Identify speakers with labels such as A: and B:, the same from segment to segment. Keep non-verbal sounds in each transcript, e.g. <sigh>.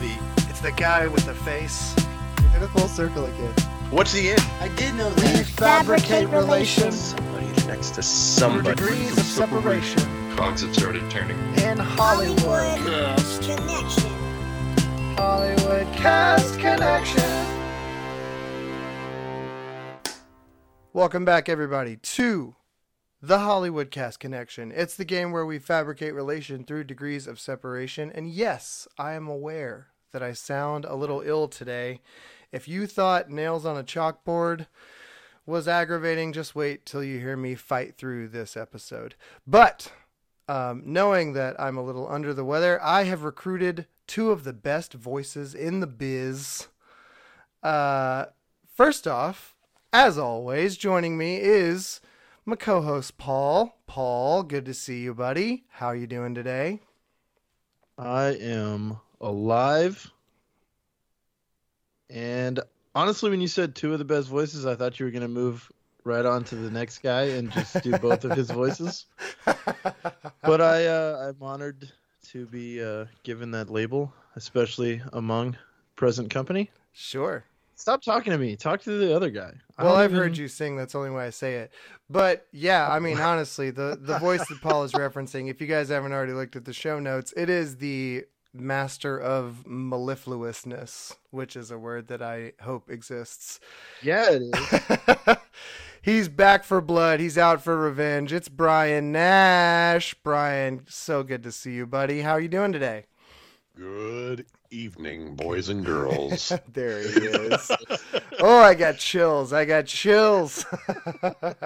A: the guy with the face.
B: We did a full circle again.
C: What's the end?
A: I did know
D: We
A: that.
D: fabricate relations
C: Somebody's next to
A: Through
C: somebody.
A: degrees of separation
E: Cogs have started turning.
A: in Hollywood.
D: Cast Connection.
A: Hollywood Cast Connection. Welcome back, everybody, to the Hollywood Cast Connection. It's the game where we fabricate relation through degrees of separation. And yes, I am aware that I sound a little ill today. If you thought nails on a chalkboard was aggravating, just wait till you hear me fight through this episode. But um, knowing that I'm a little under the weather, I have recruited two of the best voices in the biz. Uh, first off, as always, joining me is my co-host Paul. Paul, good to see you, buddy. How you doing today?
B: I am alive. And honestly, when you said two of the best voices, I thought you were going to move right on to the next guy and just do both of his voices. But I, uh, I'm honored to be uh, given that label, especially among present company.
A: sure.
B: Stop talking to me. Talk to the other guy. I
A: Well,
B: don't
A: I've
B: <laughs>
A: heard
B: even-
A: you sing. That's the only way I say it. But yeah, I mean, honestly, the the voice that Paul is referencing, if you guys haven't already looked at the show notes, it is the master of mellifluousness, which is a word that I
B: <laughs>
A: hope exists.
B: Yeah, it is.
A: He's back for blood. He's out for revenge. It's Brian Nash. Brian, so good to see you, buddy. How you doing today?
E: Good evening, boys and girls.
A: <laughs> There he is. oh, I got chills. I got chills.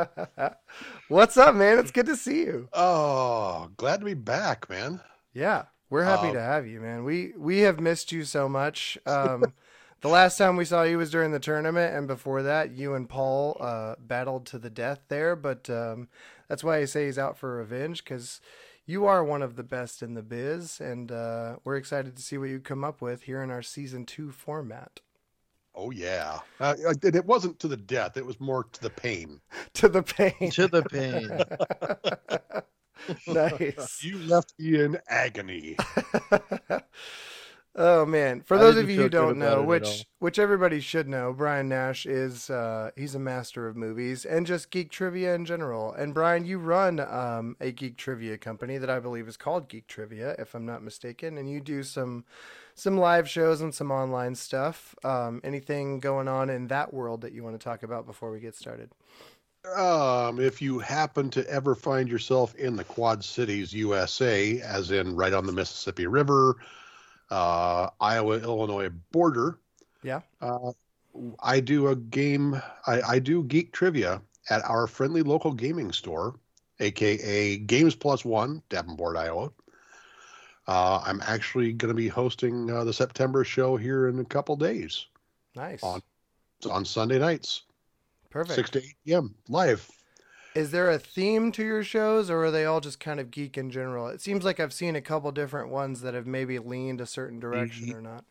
A: <laughs> What's up, man? It's good to see you.
E: <laughs> oh, glad to be back, man.
A: Yeah, we're happy
E: Um,
A: to have you, man. We we have missed you so much. Um, <laughs> the last time we saw you was during the tournament, and before that, you and Paul uh, battled to the death there. But um, that's why I say he's out for revenge because you are one of the best in the biz, and uh, we're excited to see what you come up with here in our season two format. <laughs>
E: Oh yeah. Uh, it, it wasn't to the death. It was more to the pain.
A: to the <laughs>
B: <laughs>
A: pain.
B: to the pain.
A: nice.
E: You left me in agony.
A: <laughs> oh man! For
B: I
A: those
B: didn't
A: of you
B: feel
A: who
B: good
A: don't
B: about it
A: know,
B: at all.
A: which which everybody should know, Brian Nash is uh, he's a master of movies and just geek trivia in general. And Brian, you run um, a geek trivia company that I believe is called Geek Trivia, if I'm not mistaken, and you do some some live shows and some online stuff. Um, anything going on in that world that you want to talk about before we get started?
E: Um, if you happen to ever find yourself in the Quad Cities, USA, as in right on the Mississippi River, uh, Iowa Illinois border,
A: Yeah.
E: uh, I do a game. I, I do geek trivia at our friendly local gaming store, aka Games Plus One, Davenport, Iowa. Uh, I'm actually going to be hosting uh, the September show here in a couple days.
A: Nice,
E: On- It's on Sunday nights,
A: perfect.
E: six to eight p.m. live.
A: Is there a theme to your shows or are they all just kind of geek in general? It seems like I've seen a couple different ones that have maybe leaned a certain direction
E: Mm-hmm.
A: or not.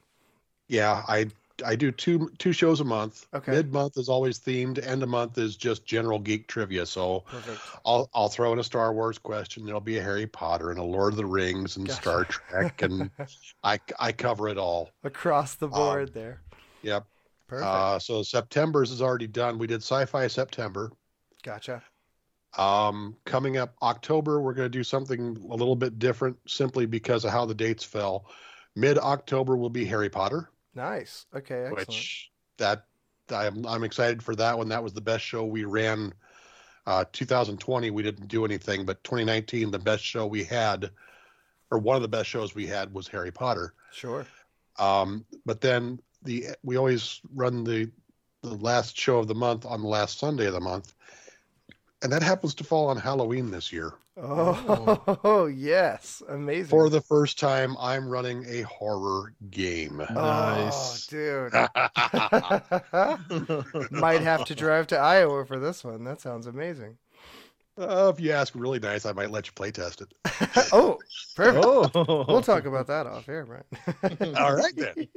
E: Yeah, I I do two two shows a month.
A: Okay.
E: Mid month is always themed. End of month is just general geek trivia. So
A: Perfect. <laughs>
E: I'll I'll throw in a Star Wars question. There'll be a Harry Potter and a Lord of the Rings and
A: Gotcha.
E: Star
A: <laughs>
E: Trek, and I I cover it all.
A: Across the board there.
E: Um, Yep.
A: Perfect.
E: Uh, so September's is already done. We did Sci-Fi September.
A: gotcha.
E: Um, coming up October, we're going to do something a little bit different, simply because of how the dates fell. Mid October will be Harry Potter.
A: Nice. Okay, excellent.
E: which that I'm I'm excited for that one. That was the best show we ran. Uh, 2020 we didn't do anything, but 2019 the best show we had, or one of the best shows we had was Harry Potter.
A: Sure.
E: Um, but then the we always run the the last show of the month on the last Sunday of the month, and that happens to fall on Halloween this year.
A: Oh, <laughs> yes. Amazing.
E: For the first time, I'm running a horror game. <laughs> Uh,
A: oh,
B: Nice.
A: dude. <laughs> Might have to drive to Iowa for this one. That sounds amazing.
E: Uh, if you ask really nice, I might let you play test it.
A: oh, perfect.
B: oh,
A: We'll talk about that off air,
E: <laughs>
A: <laughs> Brian.
E: All right then.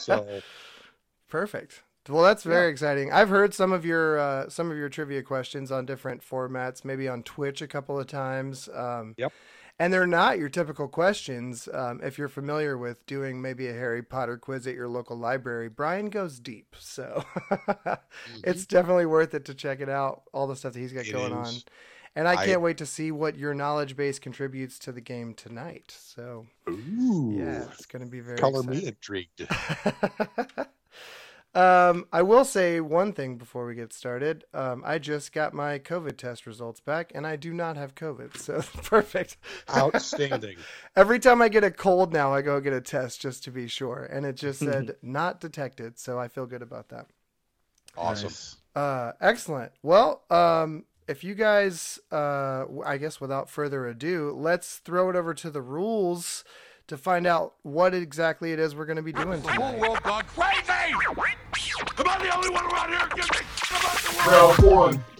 E: So <laughs>
A: Perfect. Well, that's very exciting. I've heard some of your uh, some of your trivia questions on different formats, maybe on Twitch a couple of times. Um,
E: Yep.
A: And they're not your typical questions. Um, if you're familiar with doing maybe a Harry Potter quiz at your local library, Brian goes deep. So <laughs> it's definitely worth it to check it out, all the stuff that he's got
E: It
A: going on.
E: is.
A: And I
E: I-
A: can't wait to see what your knowledge base contributes to the game tonight. So,
E: Ooh.
A: yeah, it's going to be very
E: Color
A: exciting. <laughs>
E: me intrigued.
A: um, I will say one thing before we get started. Um, I just got my COVID test results back, and I do not have COVID, so <laughs> perfect.
E: Outstanding.
A: Every time I get a cold now, I go get a test just to be sure, and it just said not detected, so I feel good about that.
E: Awesome.
B: Nice.
A: Uh, excellent. Well, um, if you guys, uh, w- I guess without further ado, let's throw it over to the rules to find out what exactly it is we're going to be doing tonight.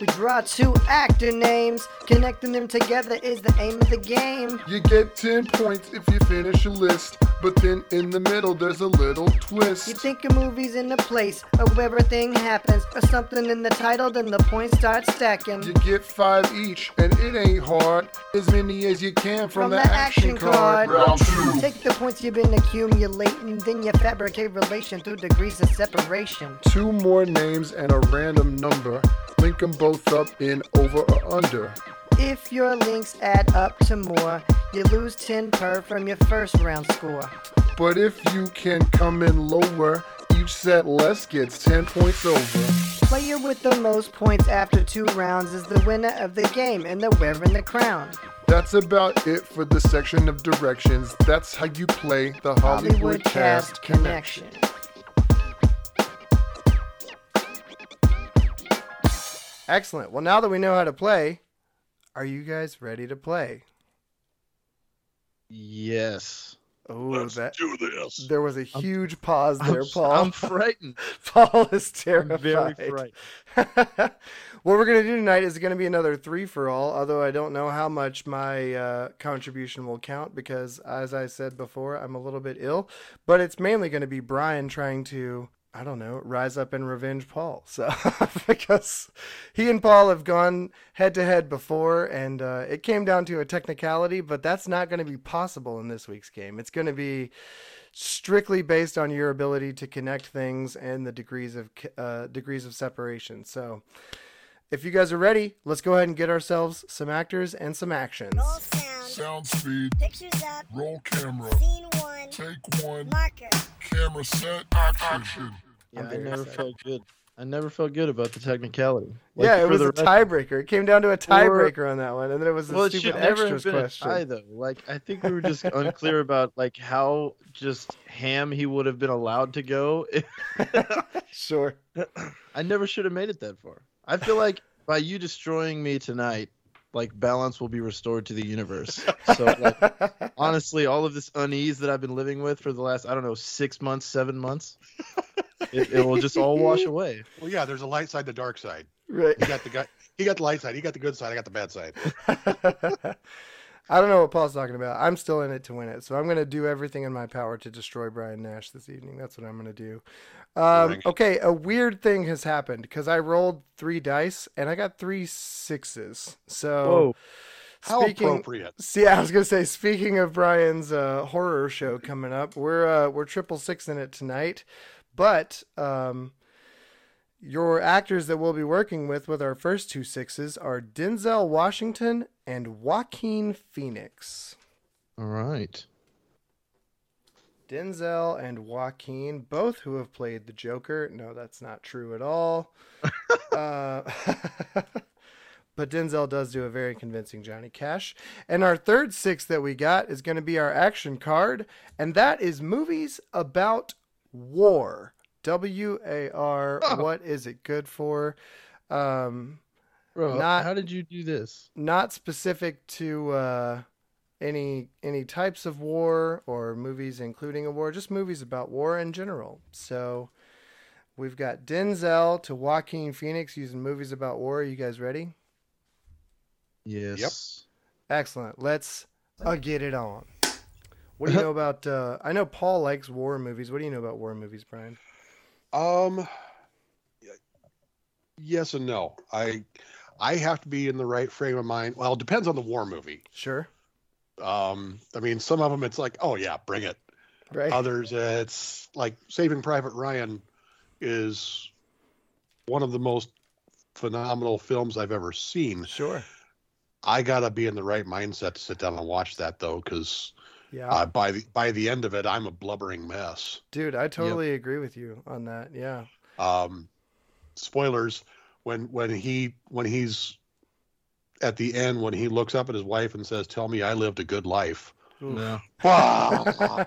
F: We draw two actor names, connecting them together is the aim of the game.
G: You get 10 points if you finish a list, but then in the middle there's a little
F: You
G: twist.
F: think a movie's in a place or where a thing happens or something in the title, then the points start stacking.
G: You get 5 each, and it ain't hard. As many as you can from, the, action, card.
F: Take the points you've been accumulating, then you fabricate relation through degrees of separation.
G: Two more names and a random number. Link them both up in over or under.
F: If your links add up to more, you lose 10 per from your first round score.
G: But if you can come in lower, each set less gets 10 points over.
F: Player with the most points after two rounds is the winner of the game and they're wearing the crown.
G: That's about it for the section of directions. That's how you play the Hollywood Cast Connection.
A: Excellent. Well, now that we know how to play, are you guys ready to play?
B: Oh. Yes.
A: Oh, that
E: do this.
A: there was a huge pause there,
B: I'm,
A: Paul.
B: I'm frightened.
A: <laughs> Paul is
B: I'm
A: terrified.
B: very frightened.
A: <laughs> what we're gonna do tonight is gonna be another three for all. Although I don't know how much my uh, contribution will count because, as I said before, I'm a little bit ill. But it's mainly gonna be Brian trying to, I don't know, rise up and revenge Paul. <laughs> So because he and Paul have gone head to head before, and uh, it came down to a technicality. But that's not gonna be possible in this week's game. It's gonna be strictly based on your ability to connect things and the degrees of uh, degrees of separation. So, if you guys are ready, let's go ahead and get ourselves some actors and some actions.
D: Roll sound.
G: Sound speed,
D: Pictures up.
G: roll camera,
D: Scene one.
G: take one,
D: Marker.
G: camera set, action.
B: Yeah, I
A: very
B: never
A: excited.
B: felt good. I never felt good about the technicality. Like,
A: yeah, it
B: for
A: was
B: the
A: a
B: rest-
A: tiebreaker. It came down to a
B: Or-
A: tiebreaker on that one, and then it was a
B: Well, it should
A: stupid
B: never have
A: extras
B: been
A: question.
B: a tie, though. Like, I think we were just <laughs> unclear about like how just ham he would have been allowed to go.
A: <laughs>
B: <laughs>
A: Sure.
B: I never should have made it that far. I feel like by you destroying me tonight, like balance will be restored to the universe. So, like,
A: <laughs>
B: honestly, all of this unease that I've been living with for the last I don't know six months, seven months, it, it will just all
A: <laughs>
B: wash away.
E: Well, yeah, there's a light side, the dark side.
A: right. <laughs>
E: He got the guy. He got the light side. He got the good side. I got the bad side.
A: I don't know what Paul's talking about. I'm still in it to win it, so I'm going to do everything in my power to destroy Brian Nash this evening. That's what I'm going to do. Um,
E: Alright.
A: okay, a weird thing has happened because I rolled three dice and I got three sixes. So,
E: How
A: speaking,
E: appropriate.
A: see, I was going to say, speaking of Brian's uh, horror show coming up, we're uh, we're triple six in it tonight, but. Um, your actors that we'll be working with with our first two sixes are Denzel Washington and Joaquin Phoenix.
B: All right.
A: Denzel and Joaquin, both who have played the Joker. No, that's not true at all. uh, <laughs> but Denzel does do a very convincing Johnny Cash. And our third six that we got is going to be our action card, and that is movies about war. W A R. What is it good for? Um,
B: Bro,
A: Not-
B: how did you do this?
A: not specific to uh, any any types of war or movies including a war, just movies about war in general. So we've got Denzel to Joaquin Phoenix using movies about war. Are you guys ready?
B: Yes.
A: Excellent. Let's uh, get it on. What do you know about? Uh, I know Paul likes war movies. What do you know about war movies, Brian?
E: Um. y- Yes and no. I I have to be in the right frame of mind. Well, it depends on the war movie.
A: Sure.
E: Um, I mean, some of them it's like, oh yeah, bring it.
A: <laughs> Right.
E: Others uh, it's like Saving Private Ryan is one of the most phenomenal films I've ever seen.
A: sure.
E: I gotta be in the right mindset to sit down and watch that though, because
A: Yeah.
E: uh, by the by the end of it, I'm a blubbering mess.
A: Dude, I totally agree with you on that. Yeah. <laughs>
E: um spoilers when when he when he's at the end when he looks up at his wife and says tell me i lived a good life
A: Oof.
B: No,
E: Ah,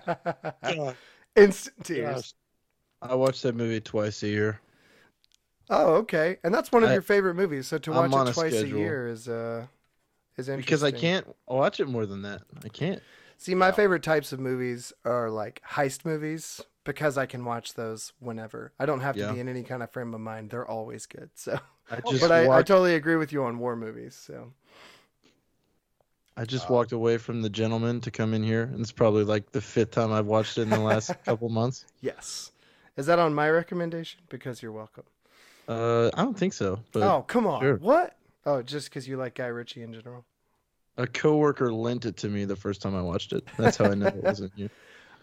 E: God,
A: Instant tears.
E: yes.
B: I watch that movie twice a year.
A: Oh, okay. And that's one of
B: I-
A: your favorite movies. So to
B: I'm
A: watch
B: on
A: it
B: a
A: twice a,
B: schedule.
A: year is uh is interesting.
B: Because I can't watch it more than that. I can't.
A: See, my favorite types of movies are like heist movies because I can watch those whenever. I don't have to
B: Yeah.
A: be in any kind of frame of mind. They're always good. So, <laughs>
B: I just
A: but I, I
B: walked,
A: totally agree with you on war movies. So,
B: I, just walked away from the gentleman to come in here, and it's probably like the fifth time I've watched it in the
A: <laughs>
B: last couple months.
A: yes. Is that on my recommendation? Because you're welcome.
B: Uh, I don't think so. But
A: oh, come on.
B: Uh, sure.
A: What? Oh, just because you like Guy Ritchie in general.
B: a coworker lent it to me the first time I watched it. That's how I
A: <laughs>
B: know it wasn't you.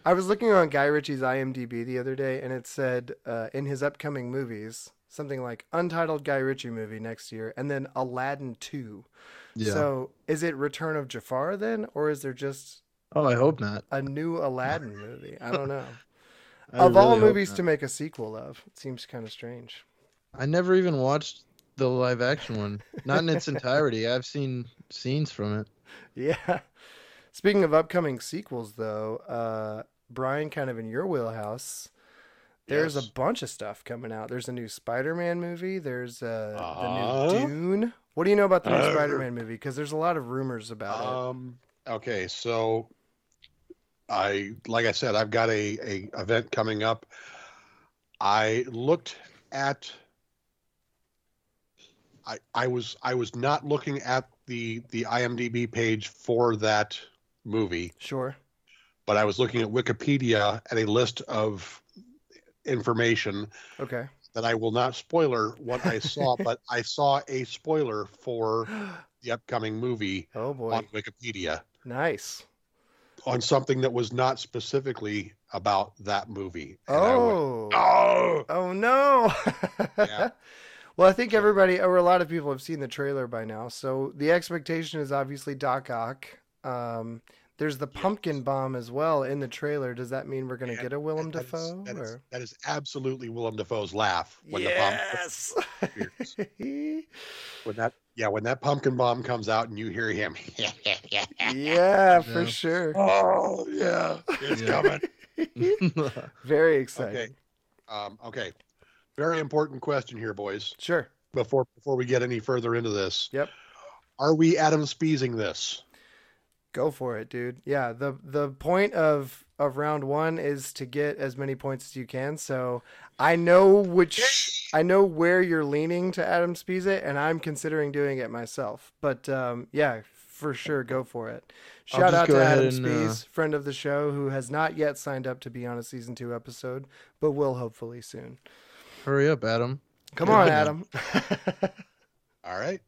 A: I was looking on Guy Ritchie's IMDb the other day, and it said uh, in his upcoming movies something like untitled Guy Ritchie movie next year, and then Aladdin two.
B: Yeah.
A: So is it Return of Jafar then, or is there just
B: oh, I hope not.
A: a new Aladdin movie? I don't know.
B: <laughs> I
A: of all
B: really hope
A: movies
B: not.
A: to make a sequel of, it seems kind of strange.
B: I never even watched the live action one, not in
A: <laughs>
B: its entirety. I've seen scenes from it.
A: Yeah. <laughs> Speaking of upcoming sequels, though, uh, Brian, kind of in your wheelhouse, there's
E: Yes.
A: a bunch of stuff coming out. There's a new Spider-Man movie. There's uh, the
E: Uh-huh.
A: new Dune. What do you know about the new
E: Uh.
A: Spider-Man movie? Because there's a lot of rumors about
E: um okay so i like i said i've got a a event coming up i looked at i i was i was not looking at the the imdb page for that movie
A: it. Sure.
E: but I was looking at Wikipedia at a list of information
A: Okay. <gasps>
E: that I will not spoiler what
A: <laughs>
E: I saw, but I saw a spoiler for the upcoming movie
A: Oh boy.
E: on Wikipedia
A: nice.
E: on something that was not specifically about that movie. And I went,
A: Oh.
E: oh,
A: Oh no.
E: Yeah.
A: <laughs> Well, I think everybody or a lot of people have seen the trailer by now. So the expectation is obviously Doc Ock. Um, there's the pumpkin bomb as well in the trailer. Does that mean we're going to
E: Yeah,
A: get a Willem
E: That is-
A: Dafoe?
E: that is,
A: or-
E: that is absolutely Willem Dafoe's laugh when
A: yes.
E: the bomb appears. when that yeah when that pumpkin bomb comes out and you hear him.
A: <laughs>
E: <laughs>
A: yeah, for
B: Yeah.
A: sure.
E: oh yeah, it's
B: Yeah.
E: coming.
A: <laughs> Very exciting.
E: Um, okay. Very important question here, boys.
A: Sure.
E: Before before we get any further into this.
A: Yep.
E: Are we Adam Speezing this?
A: Go for it, dude. Yeah, the the point of of round 1 is to get as many points as you can. So, I know which I know where you're leaning to Adam Spiza and I'm considering doing it myself. But um yeah, for sure go for it.
B: I'll
A: Shout
B: just
A: out
B: go
A: to
B: ahead
A: Adam
B: and, uh,
A: Spies, friend of the show who has not yet signed up to be on a season 2 episode, but will hopefully soon.
B: <laughs> Hurry up, Adam.
A: Come
B: Good
A: on,
B: luck.
A: Adam.
E: All right.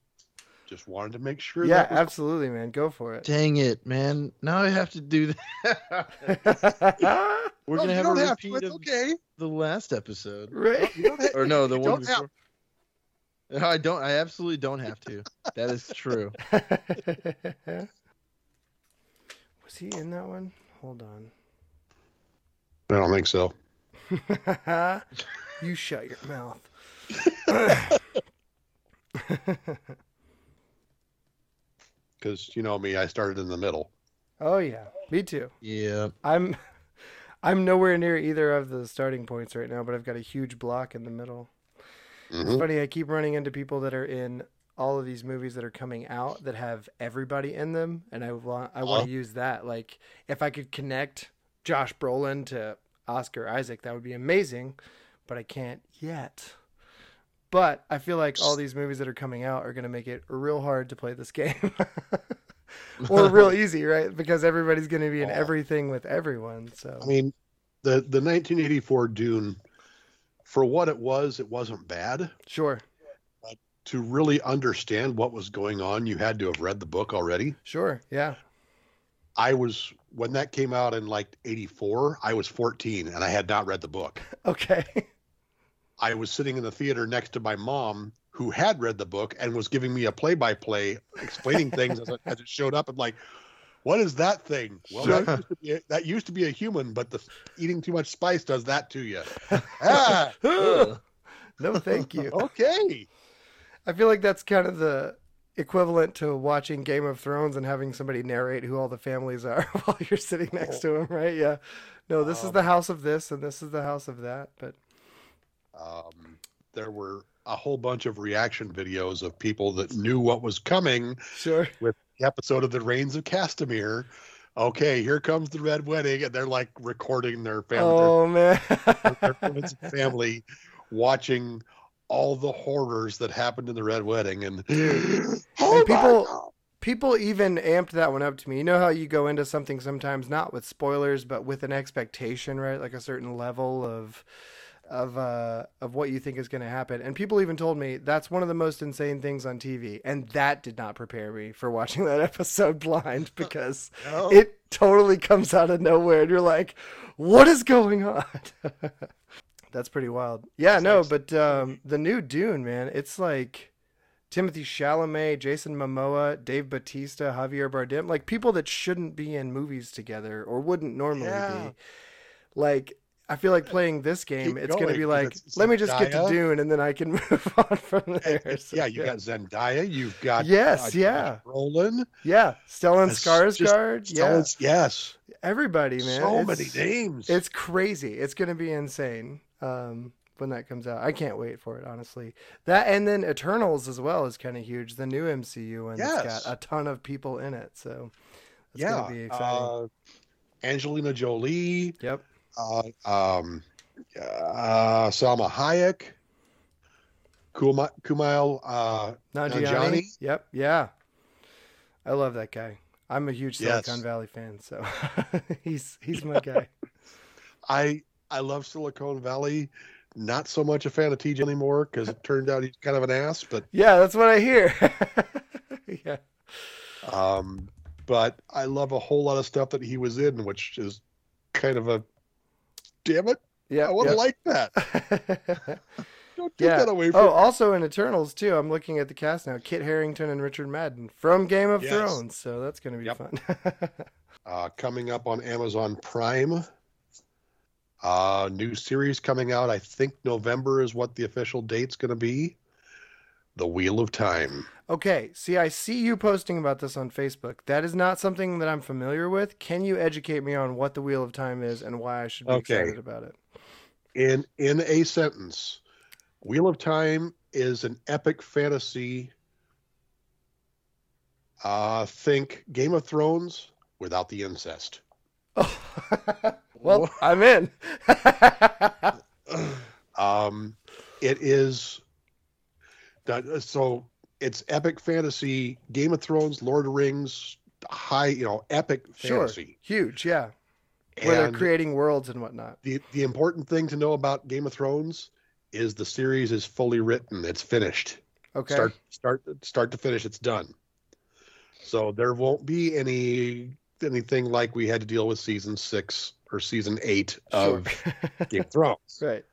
E: Just wanted to make sure.
A: yeah,
E: that was-
A: absolutely, man. Go
B: <laughs>
A: for it.
B: Dang it, man! Now I have to do that. <laughs> We're
E: Oh,
B: gonna
E: you
B: have
E: don't
B: a
E: have to.
B: repeat
E: It's
B: of
E: okay.
B: the last <laughs> episode,
A: <laughs> right.
E: You don't have,
B: or no, the
E: you
B: one
E: don't have-
B: before. No, I don't. I absolutely don't have to. That is true.
A: <laughs> Was he in that one? Hold
E: I don't think so.
A: on. <laughs> you shut your mouth.
E: Because you know me, I started in the middle.
A: oh yeah, me too.
B: <laughs> Yeah.
A: I'm <laughs> I'm nowhere near either of the starting points right now, but I've got a huge block in the middle. It's
E: Mhm.
A: funny, I keep running into people that are in all of these movies that are coming out that have everybody in them, and I want I want
E: Uh-huh.
A: to use that. Like if I could connect Josh Brolin to Oscar Isaac, that would be amazing, but I can't yet. But I feel like all these movies that are coming out are going to make it real hard to play this <laughs> game. or
E: <laughs>
A: real easy, right? Because everybody's going to be in
E: Oh.
A: everything with everyone. So
E: I mean, the the 1984 Dune, for what it was, it wasn't bad.
A: sure,
E: To really understand what was going on, you had to have read the book already.
A: sure, yeah, <laughs>
E: I was when that came out in like 84, I was 14 and I had not read the book.
A: Okay.
E: I was sitting in the theater next to my mom who had read the book and was giving me a play-by-play
A: <laughs>
E: explaining things as, it- as it showed up and like what is that thing? Well, that used, to be a, that used to be a human, but the eating too much spice does that to
A: <laughs>
E: you. Ah,
A: no, thank
E: <laughs>
A: you.
E: okay.
A: I feel like that's kind of the equivalent to watching Game of Thrones and having somebody narrate who all the families are <laughs> while you're sitting next to them, right? Yeah. No, this is the house of this and this is the house of that. But
E: um, there were a whole bunch of reaction videos of people that knew what was coming.
A: sure.
E: The episode of the Reigns of Castamere. Okay, here comes the Red Wedding, and they're like recording their family,
A: Oh man.
E: their, their friends and family watching all the horrors that happened in the Red Wedding, and, <laughs> Oh my
A: people-
E: God.
A: People even amped that one up to me. You know how you go into something sometimes not with spoilers, but with an expectation, right? Like a certain level of of uh of what you think is going to happen. And people even told me that's one of the most insane things on TV. And that did not prepare me for watching that <laughs> episode blind because
E: No.
A: it totally comes out of nowhere and you're like, "What is going on?" <laughs> that's pretty wild. Yeah, no, but um the new Dune, man, it's like Timothy Chalamet, Jason Momoa, Dave Batista, Javier Bardem, like people that shouldn't be in movies together or wouldn't normally
E: Yeah.
A: be. Like I feel like playing this game, it's going to
E: going,
A: be
E: 'cause
A: like,
E: it's- it's
A: let me just get to
E: Zendaya.
A: Dune and then I can <laughs> move on from there. So,
E: yeah, you got Zendaya, you've got
A: Yes,
E: Josh
A: yeah.
E: Brolin,
A: yeah, Stellan
E: It's just-
A: Skarsgård, yeah,
E: Stellan's- yes,
A: everybody, man.
E: so
A: It's-
E: many names.
A: It's crazy. It's going to be insane um, when that comes out. I can't wait for it, honestly. That and then Eternals as well is kind of huge. The new MCU one
E: Yes.
A: that's got a ton of people in it, so it's going to be exciting.
E: Uh, Angelina Jolie,
A: yep.
E: uh, um, uh, Salma Hayek, Kuma, Kumail. Uh,
A: Nanjiani.
E: Johnny?
A: Yep. Yeah. I love that guy. I'm a huge
E: Yes.
A: Silicon Valley fan, so <laughs> he's he's my guy. <laughs>
E: I I love Silicon Valley. Not so much a fan of TJ anymore because it turned out he's kind of an ass. But
A: yeah, that's what I hear. <laughs> yeah.
E: um, but I love a whole lot of stuff that he was in, which is kind of a damn it.
A: Yeah.
E: I would
A: yep.
E: have
A: <laughs>
E: liked that. Don't take
A: Yeah.
E: that away from.
A: Oh, also in Eternals too. I'm looking at the cast now: Kit Harrington and Richard Madden from Game of
E: Yes.
A: Thrones. So that's going to be
E: Yep.
A: fun. <laughs>
E: uh, coming up on Amazon Prime. Uh, new series coming out. I think November is what the official date's going to be. The Wheel of Time.
A: okay, see, I see you posting about this on Facebook. That is not something that I'm familiar with. Can you educate me on what the Wheel of Time is and why I should be
E: Okay.
A: excited about it?
E: In in a sentence, Wheel of Time is an epic fantasy. Uh, think Game of Thrones without
A: <sighs>
E: the incest.
A: Oh. <laughs> well, I'm in. <laughs>
E: Um, it is that- so it's epic fantasy, Game of Thrones, Lord of the Rings, high, you know, epic
A: sure.
E: fantasy.
A: Huge, yeah. Where they're
E: And
A: creating worlds and whatnot.
E: the the important thing to know about Game of Thrones is the series is fully written. It's finished.
A: Okay.
E: Start start start to finish, it's done. So there won't be any anything like we had to deal with season six or season eight
A: Sure. <laughs>
E: of Game of Thrones.
A: right.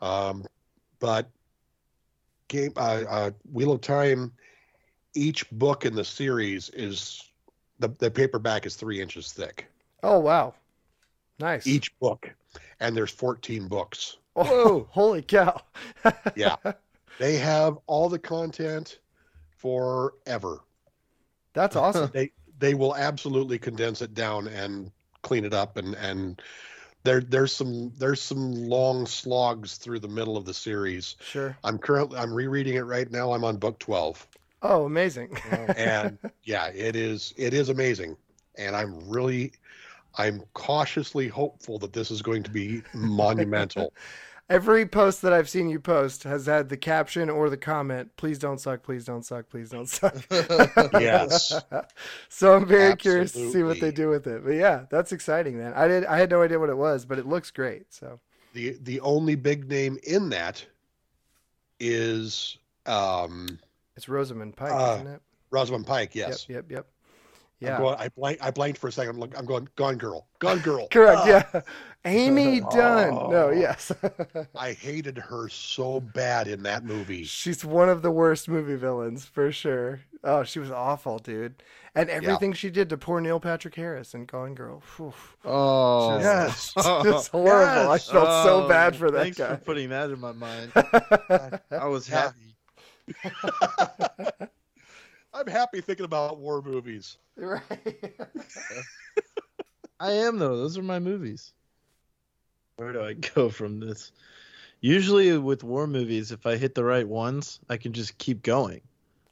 E: Um, but game uh, uh, Wheel of Time, each book in the series is the, the paperback is three inches thick.
A: Oh wow. Nice.
E: Each book, and there's 14 books.
A: Oh, <laughs> holy cow. <laughs>
E: Yeah. They have all the content forever.
A: That's awesome.
E: <laughs> They they will absolutely condense it down and clean it up and and there there's some there's some long slogs through the middle of the series.
A: sure.
E: I'm currently I'm rereading it right now. I'm on book 12.
A: Oh, amazing.
E: and yeah it is it is amazing and i'm really i'm cautiously hopeful that this is going to be monumental
A: <laughs> Every post that I've seen you post has had the caption or the comment, please don't suck, please don't suck, please
E: <laughs>
A: don't suck.
E: yes
A: so I'm very curious to see what they
E: Absolutely.
A: do with it. But yeah, that's exciting, man. I did I had no idea what it was, but it looks great. So
E: the the only big name in that is um
A: it's Rosamund Pike,
E: Uh,
A: isn't it?
E: rosamund pike Ah, yes
A: Yep, yep, yep.
E: I'm
A: Yeah.
E: going, I blank. I blanked for a second. Look, I'm going. Gone girl. <laughs> Gone girl.
A: Correct. Yeah.
E: Ah.
A: <laughs>
E: <laughs>
A: Amy Dunn. No,
E: Oh.
A: yes. <laughs>
E: I hated her so bad in that movie.
A: She's one of the worst movie villains for sure. Oh, she was awful, dude. And everything she did to poor Neil Patrick Harris and Gone Girl. Phew.
B: <laughs> Oh,
E: <laughs> Yes.
B: <laughs>
A: It's horrible. I felt so bad for that
B: thanks
A: guy.
B: for putting that in my
A: <laughs>
B: mind. I was
E: Yeah.
B: happy.
E: I'm happy thinking about war movies.
A: right.
B: I am though. Those are my movies. Where do I <laughs> go from this? Usually with war movies, if I hit the right ones, I can just keep going.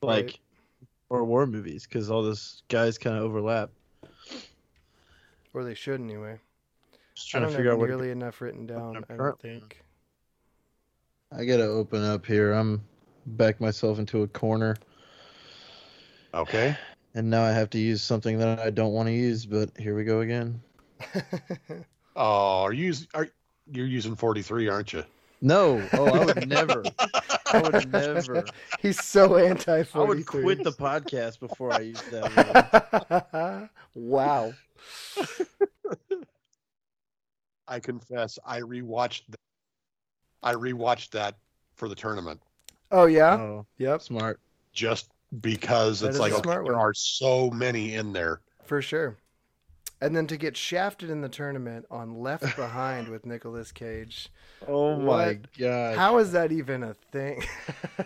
B: Like
A: Right.
B: or war movies cuz all those guys kind of overlap.
A: Or they should anyway.
B: Just
A: I
B: trying
A: don't
B: to figure
A: have
B: out what
A: nearly enough written down, I don't
B: Apparently.
A: think.
B: I got to open up here. I'm back myself into a corner
E: Okay.
B: and now I have to use something that I don't want to use, but here we go again.
E: Oh, are you us- are you're using 43, aren't you?
B: No. Oh, I would never. I <laughs> would never.
A: He's so anti 43.
B: <laughs> I would quit the podcast before I use that. word. <laughs>
A: <laughs> wow.
E: I confess, I rewatched. That. I rewatched that for the tournament
A: Oh, yeah?
B: Oh,
A: Yep.
B: smart.
E: just because
A: That
E: it's
A: is
E: like
A: a
E: okay,
A: smart
E: there
A: one.
E: are so many in there.
A: For sure. And then to get shafted in the tournament on Left <laughs> Behind with Nicolas Cage.
B: Oh
A: my
B: god.
A: How is that even a thing?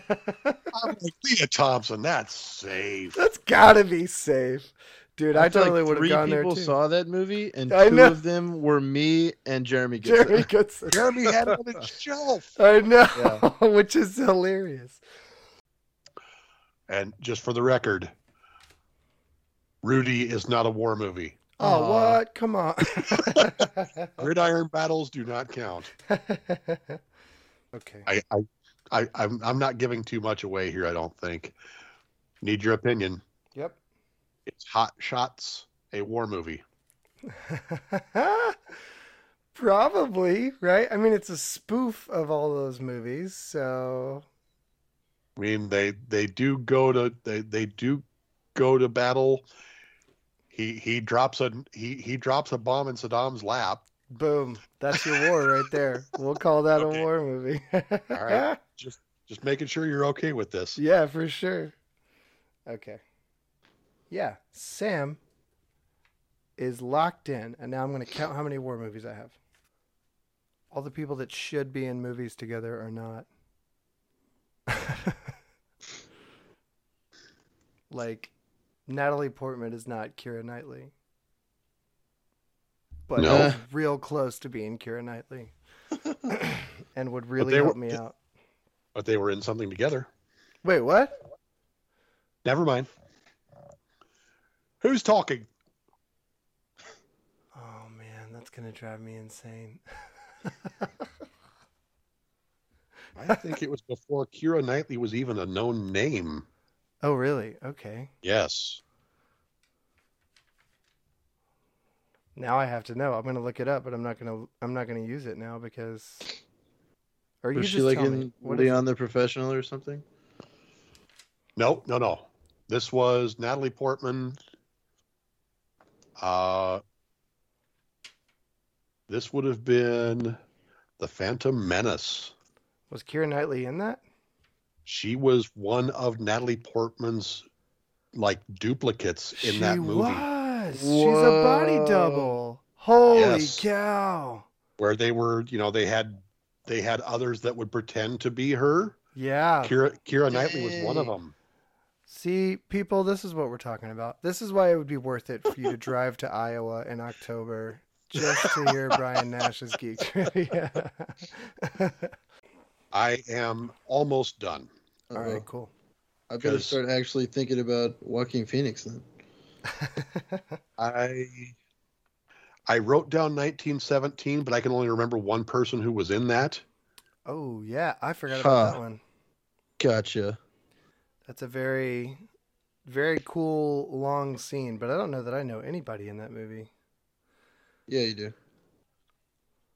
A: <laughs>
E: I'm like Leah Thompson. That's safe.
A: That's gotta be safe. Dude, I totally would have gone
B: Three
A: there
B: people
A: too. <laughs>
B: saw that movie, and
A: I
B: two
A: know.
B: of them were me and
A: <laughs>
B: Jeremy Gibson.
A: Jerry gets
E: Jeremy had it on <laughs> his shelf.
A: I know, <laughs> which is hilarious.
E: And just for the record, Rudy is not a war movie.
A: Oh,
B: Aw.
A: what? Come on. <laughs>
E: Gridiron battles do not count.
A: okay.
E: I, I, I I'm, I'm not giving too much away here. I don't think. Need your opinion.
A: Yep.
E: It's Hot Shots, a war movie.
A: <laughs> Probably, right? I mean, it's a spoof of all those movies, so
E: I mean, they they do go to they they do go to battle. He he drops a he he drops a bomb in Saddam's lap.
A: boom. That's your war right there. We'll call that
E: Okay.
A: a war movie. <laughs>
E: right. Just making sure you're okay with this.
A: yeah, for sure. Okay. Yeah, Sam is locked in, and now I'm going to count how many war movies I have. All the people that should be in movies together are not. <laughs> like, Natalie Portman is not Kira Knightley. But
E: No.
A: no. real close to being Kira
E: <laughs>
A: Knightley. <coughs> and would really
E: they were-
A: help me out.
E: But they were in something together.
A: Wait, what?
E: Never mind. Who's talking?
A: Oh man, that's gonna drive me insane. <laughs>
E: I think it was before Kira Knightley was even a known name.
A: Oh really? Okay.
E: Yes.
A: Now I have to know. I'm gonna look it up, but I'm not gonna. I'm not gonna use it now because. Or you
B: was she
A: just
B: like
A: tell
B: in
A: me. What is-
B: Leon the Professional or something?
E: No, no, no. This was Natalie Portman. Uh, this would have been The Phantom Menace.
A: was Kira Knightley in that?
E: She was one of Natalie Portman's like duplicates in
A: she
E: that movie
A: was. She's a body double. Holy
E: Yes.
A: cow!
E: where they were, you know, they had they had others that would pretend to be her.
A: Yeah.
E: Kira Kira Knightley was one of them.
A: See, people, this is what we're talking about. This is why it would be worth it for you to drive to Iowa in October just to
B: <laughs>
A: hear Brian Nash's geek trivia. <laughs>
E: I am almost done.
A: All
B: Uh-huh.
A: right, cool.
B: I better
E: 'Cause-
B: start actually thinking about Walking Phoenix then.
E: I I wrote down 1917, but I can only remember one person who was in that.
A: Oh yeah, I forgot about
B: Huh.
A: that one.
B: Gotcha.
A: That's a very, very cool long scene. But I don't know that I know anybody in that movie.
B: Yeah, you do.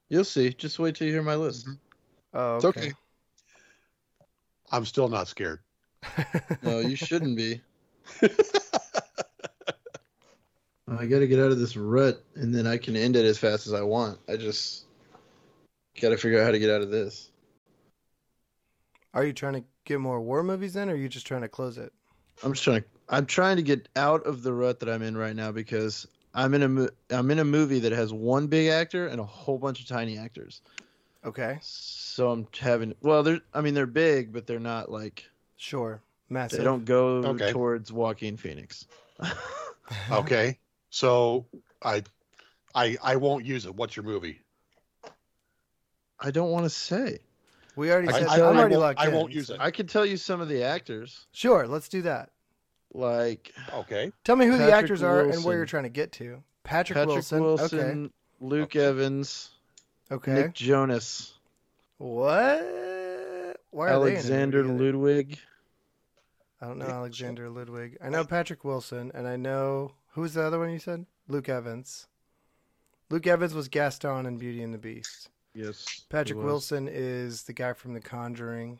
B: You'll see. Just wait till you hear my list.
A: Oh,
E: It's
A: okay.
E: okay. I'm still not
A: <laughs> Mm-hmm.
B: <laughs>
E: scared.
B: No, you shouldn't be. Uh, I got to get out of this rut, and then I can end it as fast as I want. I just got to figure out how to get out of this.
A: Are you trying to get more war movies in, or are you just trying to close it?
B: I'm just trying. To, I'm trying to get out of the rut that I'm in right now because I'm in a mo- I'm in a movie that has one big actor and a whole bunch of tiny actors.
A: Okay,
B: So I'm having. Well, they're. I mean, they're big, but they're not like
A: sure.
B: they
A: Massive.
B: don't go
E: Okay.
B: towards Joaquin Phoenix.
E: Okay. So I I I won't use it. What's your movie?
B: I don't want to say.
A: We already
E: I-
A: said.
E: I-
A: that.
E: I
A: I'm already
E: won't-
A: locked
E: I
A: in.
E: won't use it.
B: I can tell you some of the actors.
A: Sure, let's do that.
B: Like
E: Okay.
A: Tell me who the
B: Patrick
A: actors are and where
B: Wilson.
A: you're trying to get to. Patrick,
B: Patrick
A: Wilson.
B: Wilson, Luke Evans,
A: Okay. Okay.
B: Nick Jonas,
A: What? Why are they in it
B: Alexander
A: together?
B: Ludwig.
A: I don't know Alexander Ludwig. I know Patrick Wilson, and I know who was the other one you said? Luke Evans. Luke Evans was Gaston in Beauty and the Beast.
B: Yes.
A: Patrick Wilson is the guy from The Conjuring.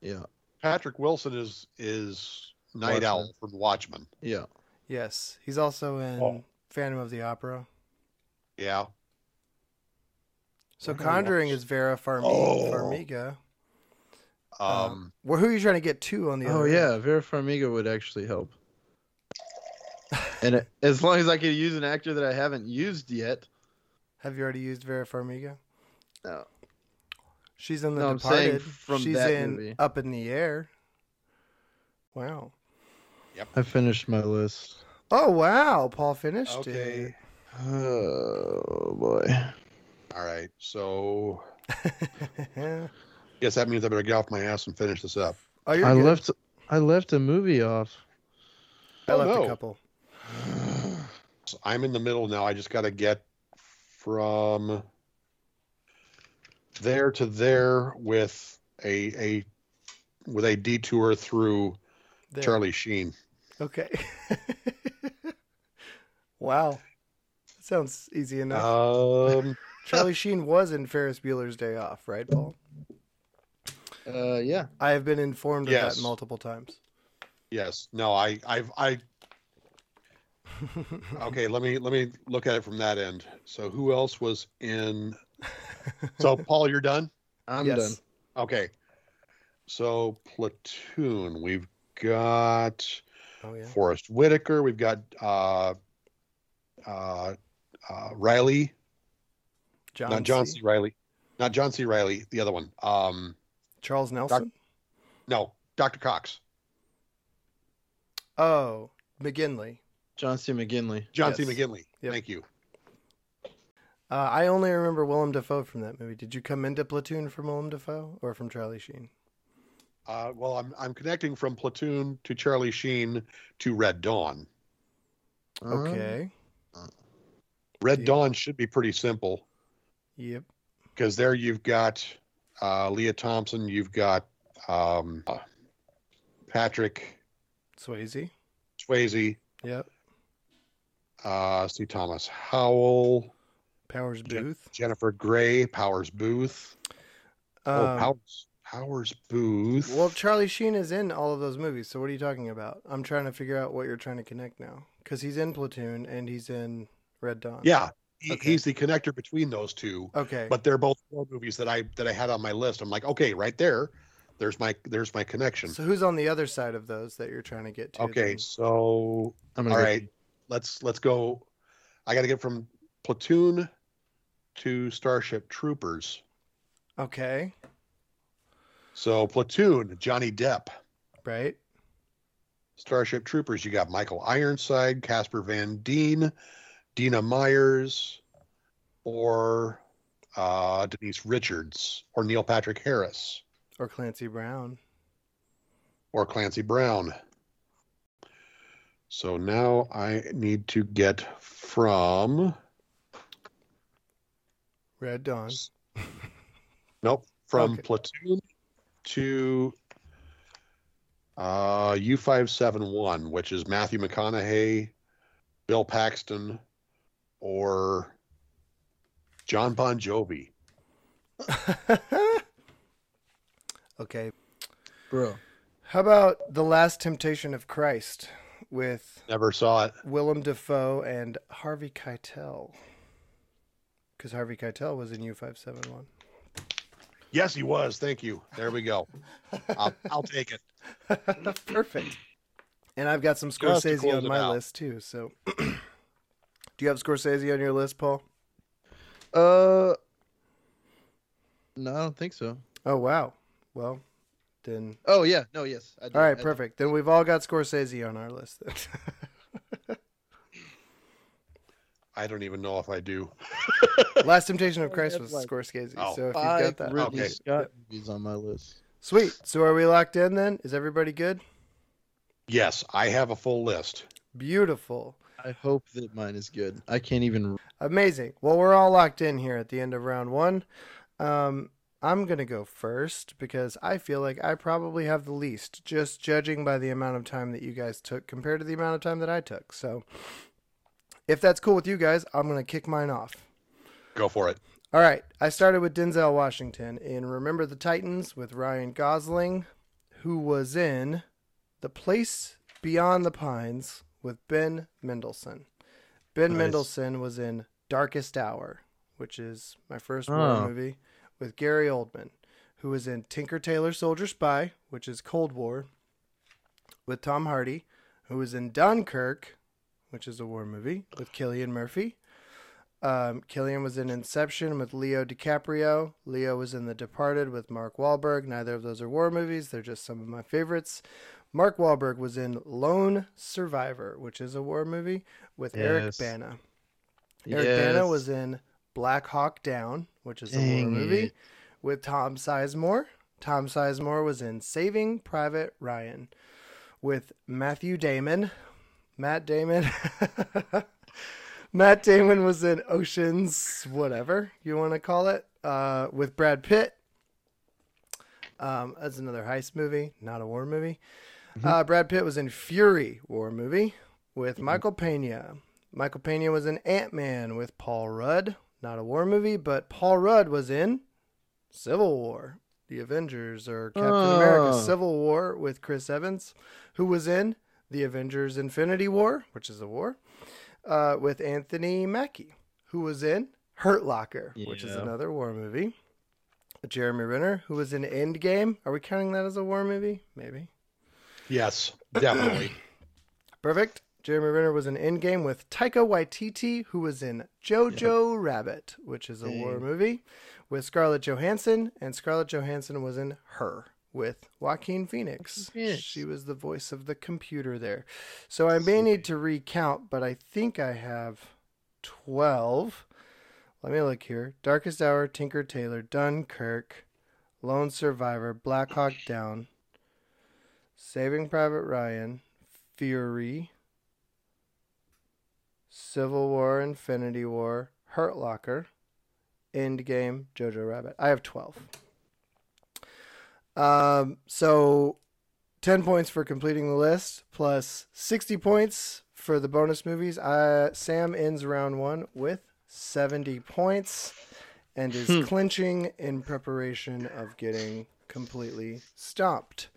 B: Yeah.
E: Patrick Wilson is is Night
B: Watchmen.
E: Owl from Watchmen.
B: Yeah.
A: Yes, he's also in
E: Oh.
A: Phantom of the Opera.
E: Yeah.
A: So
E: What did I
A: Conjuring
E: watch?
A: is Vera Farmi-
E: Oh.
A: Farmiga.
E: Um,
A: Um, Well, who are you trying to get to on the
B: Oh
A: other end?
B: yeah, Vera Farmiga would actually help. and as long as I could use an actor that I haven't used yet.
A: Have you already used Vera Farmiga?
B: No.
A: She's in The
B: No, I'm saying
A: Departed.
B: from
A: She's
B: that
A: in
B: movie.
A: Up in the Air. Wow.
B: I finished my list.
A: Oh wow, Paul finished it.
E: Okay.
B: Oh boy.
E: All right. So <laughs> I guess that means I better get off my ass and finish this up.
A: oh, you're
B: I
A: good.
B: left I left a movie off.
A: I left
E: Oh,
A: a
E: no.
A: couple.
E: So I'm in the middle now. I just got to get from there to there with a a with a detour through
A: There.
E: Charlie Sheen.
A: Okay. <laughs> wow. That sounds easy enough.
E: Um,
A: Charlie Sheen was in Ferris Bueller's Day Off, right, Paul?
B: Uh yeah.
A: I have been informed of
E: Yes.
A: that multiple times.
E: yes. No. I. I've. I. Okay. Let me. Let me look at it from that end. So who else was in? So Paul, you're done.
B: I'm
A: yes.
B: done.
E: Okay. So platoon. We've got.
A: Oh yeah.
E: Forrest Whitaker. We've got uh, uh, uh, Riley,
A: John,
E: not John
A: C.
E: C. Riley, not John C. Riley, the other one. Um,
A: Charles Nelson.
E: no, Dr. Cox,
A: Oh, McGinley.
B: John C. McGinley.
E: John C.
A: Yes.
E: McGinley.
A: Yep.
E: Thank you.
A: Uh, I only remember Willem Dafoe from that movie. Did you come into Platoon from Willem Dafoe or from Charlie Sheen?
E: Uh, well, I'm I'm connecting from Platoon to Charlie Sheen to Red Dawn.
A: Uh,
B: Uh-huh.
A: Okay.
E: Red
A: Yeah.
E: Dawn should be pretty simple
A: Yep.
E: because there you've got uh, Leah Thompson, you've got um, uh, Patrick
A: Swayze.
E: Swayze,
A: Yep.
E: uh, see Thomas Howell,
A: Powers
E: Jen-
A: Booth.
E: Jennifer Gray, Powers Booth. oh,
A: Um,
E: Powers, Powers Booth.
A: Well, Charlie Sheen is in all of those movies, so what are you talking about? I'm trying to figure out what you're trying to connect now. Because he's in Platoon and he's in Red Dawn.
E: yeah, he,
A: Okay.
E: he's the connector between those two.
A: Okay.
E: But they're both war movies that I that I had on my list. I'm like, okay, right there, there's my there's my connection.
A: so who's on the other side of those that you're trying to get to?
E: okay,
A: then?
E: so
B: I'm gonna
E: all
B: go-
E: right, let's let's go. I got to get from Platoon to Starship Troopers.
A: Okay.
E: So Platoon, Johnny Depp.
A: Right.
E: Starship Troopers, you got Michael Ironside, Casper Van Deen, Dina Myers, or uh, Denise Richards, or Neil Patrick Harris,
A: Or Clancy Brown.
E: or Clancy Brown. So now I need to get from,
A: Red
E: <laughs>
A: Dawn.
E: nope, from
A: Okay.
E: Platoon to uh, U571, which is Matthew McConaughey, Bill Paxton, or John Bon Jovi.
A: okay.
B: bro.
A: How about The Last Temptation of Christ? with
E: Never saw it.
A: Willem Dafoe and Harvey Keitel. Because Harvey Keitel was in U571.
E: Yes, he was. Thank you. There we go. I'll, I'll take it.
A: Perfect. And I've got some
E: Just to
A: Scorsese
E: close
A: on
E: it
A: my
E: out.
A: list too. So, <clears throat> do you have Scorsese on your list, Paul?
B: Uh, no, I don't think so.
A: Oh wow. Well, then.
B: Oh yeah, no, yes. I do.
A: All
B: I
A: right,
B: do.
A: perfect. Then we've all got Scorsese on our list. Then. <laughs>
E: I don't even know if I do.
A: Last Temptation of Christ
B: have,
A: was
B: like,
A: Scorsese.
E: oh,
A: so if you've got
B: Five
A: that,
B: Ridley
E: Okay.
B: Scott movies on my list.
A: sweet. So are we locked in then? Is everybody good?
E: Yes, I have a full list.
A: Beautiful.
B: I hope that mine is good. I can't even.
A: Amazing. Well, we're all locked in here at the end of round one. Um, I'm going to go first because I feel like I probably have the least, just judging by the amount of time that you guys took compared to the amount of time that I took. So, if that's cool with you guys, I'm going to kick mine off.
E: Go for it.
A: All right. I started with Denzel Washington in Remember the Titans with Ryan Gosling, who was in The Place Beyond the Pines with Ben Mendelsohn. Ben
B: Nice.
A: Mendelsohn was in Darkest Hour, which is my first
B: Oh.
A: war movie, with Gary Oldman, who was in Tinker Tailor Soldier Spy, which is Cold War, with Tom Hardy, who was in Dunkirk, which is a war movie, with Killian Murphy. Um, Killian was in Inception with Leo DiCaprio. Leo was in The Departed with Mark Wahlberg. Neither of those are war movies, they're just some of my favorites. Mark Wahlberg was in Lone Survivor, which is a war movie, with Eric
B: Yes.
A: Bana. Eric Bana was in Black Hawk Down, which is a war
B: Dang
A: movie,
B: it.
A: with Tom Sizemore. Tom Sizemore was in Saving Private Ryan with Matthew Damon. Matt Damon. <laughs> Matt Damon was in Oceans, whatever you want to call it, uh, with Brad Pitt. Um, that's another heist movie, not a war movie. Uh, Brad Pitt was in Fury, war movie, with Michael Pena. Michael Pena was in Ant Man with Paul Rudd. Not a war movie, but Paul Rudd was in Civil War, The Avengers, or Captain America
B: Oh.
A: Civil War with Chris Evans, who was in The Avengers Infinity War, which is a war, uh, with Anthony Mackie, who was in Hurt Locker, which is
B: Yeah.
A: another war movie. Jeremy Renner, who was in Endgame. Are we counting that as a war movie? Maybe.
E: Yes, definitely.
A: Perfect. Jeremy Renner was in Endgame with Taika Waititi, who was in Jojo Rabbit, which is a war
B: Dang.
A: movie, with Scarlett Johansson, and Scarlett Johansson was in Her with Joaquin Phoenix.
B: Joaquin Phoenix.
A: She was the voice of the computer there. So I may need to recount, but I think I have 12. Let me look here. Darkest Hour, Tinker Tailor, Dunkirk, Lone Survivor, Black Hawk Down, Saving Private Ryan, Fury, Civil War, Infinity War, Hurt Locker, Endgame, Jojo Rabbit. I have 12. Um, so 10 points for completing the list, plus 60 points for the bonus movies. Uh, Sam ends round one with 70 points and is
B: Hmm.
A: clinching in preparation of getting completely stomped.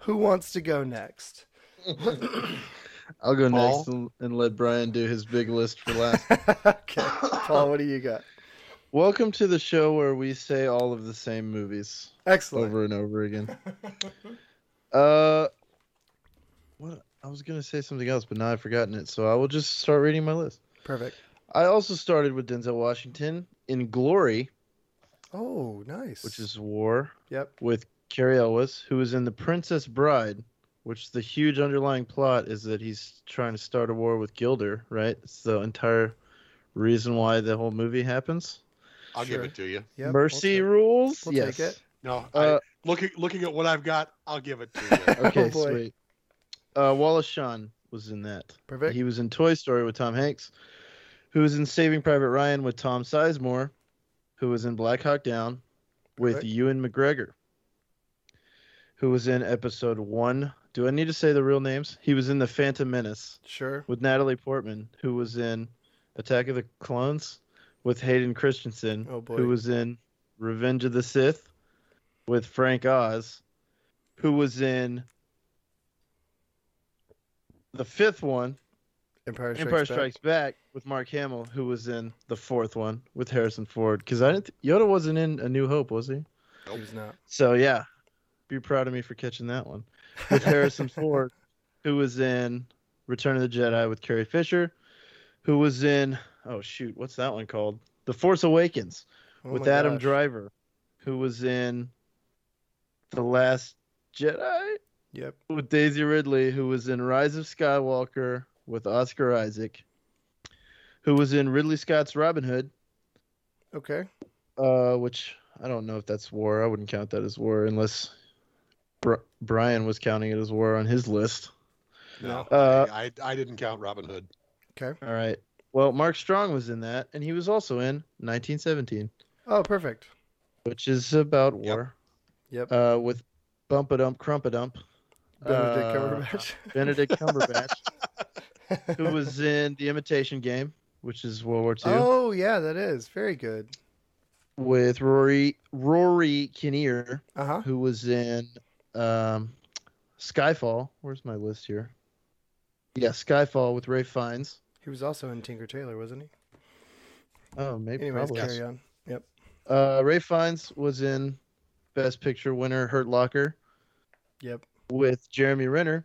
A: Who wants to go next? <laughs>
B: I'll go next
E: Paul?
B: and, and let Brian do his big list for last.
A: okay, Paul, what do you got?
B: Welcome to the show where we say all of the same movies
A: Excellent.
B: over and over again. uh, what I was gonna say something else, but now I've forgotten it. So I will just start reading my list.
A: Perfect.
B: I also started with Denzel Washington in Glory,
A: Oh, nice.
B: which is war.
A: Yep.
B: With Carrie Elwes, who is in The Princess Bride, which the huge underlying plot is that he's trying to start a war with Gilder, right? It's the entire reason why the whole movie happens.
E: I'll
A: Sure.
E: give it to you.
A: Yep,
B: Mercy
A: we'll
B: rules.
A: ta- We'll
B: yes.
A: take it.
E: No,
B: Uh,
E: I, looking looking at what I've got, I'll give it to you.
B: Okay,
A: <laughs> Oh, boy.
B: sweet. Uh, Wallace Shawn was in that.
A: Perfect.
B: He was in Toy Story with Tom Hanks, who was in Saving Private Ryan with Tom Sizemore, who was in Black Hawk Down with
A: Perfect.
B: Ewan McGregor, who was in episode one. Do I need to say the real names? He was in The Phantom Menace
A: Sure.
B: with Natalie Portman, who was in Attack of the Clones with Hayden Christensen,
A: Oh, boy.
B: who was in Revenge of the Sith with Frank Oz, who was in the fifth one,
A: Empire Strikes,
B: Empire
A: Back.
B: Strikes Back, with Mark Hamill, who was in the fourth one with Harrison Ford. Because I didn't, Yoda wasn't in A New Hope, was he?
A: He was not.
B: So yeah, be proud of me for catching that one with Harrison Ford, who was in Return of the Jedi with Carrie Fisher, who was in oh shoot, what's that one called? The Force Awakens
A: Oh
B: with
A: my
B: Adam
A: gosh.
B: Driver, who was in The Last Jedi
A: Yep.
B: with Daisy Ridley, who was in Rise of Skywalker with Oscar Isaac, who was in Ridley Scott's Robin Hood,
A: Okay.
B: uh, which I don't know if that's war. I wouldn't count that as war unless Br- Brian was counting it as war on his list.
E: No,
B: Uh,
E: I, I I didn't count Robin Hood.
A: Okay.
B: All right. Uh, Well, Mark Strong was in that, and he was also in 1917,
A: Oh, perfect.
B: which is about war.
A: Yep.
B: Uh, with Bump a Dump, Crump a Dump.
A: Benedict
B: Uh, <laughs>
A: Cumberbatch. <laughs>
B: Benedict Cumberbatch, who was in The Imitation Game, which is World War II,
A: Oh yeah, that is very good.
B: with Rory Rory Kinnear,
A: Uh huh.
B: who was in um, Skyfall. Where's my list here? Yeah, Skyfall with Ray Fiennes.
A: He was also in Tinker Tailor, wasn't he?
B: Oh, maybe
A: Anyways,
B: probably.
A: carry on.
B: Uh, Ray Fiennes was in Best Picture winner Hurt Locker
A: Yep.
B: with Jeremy Renner,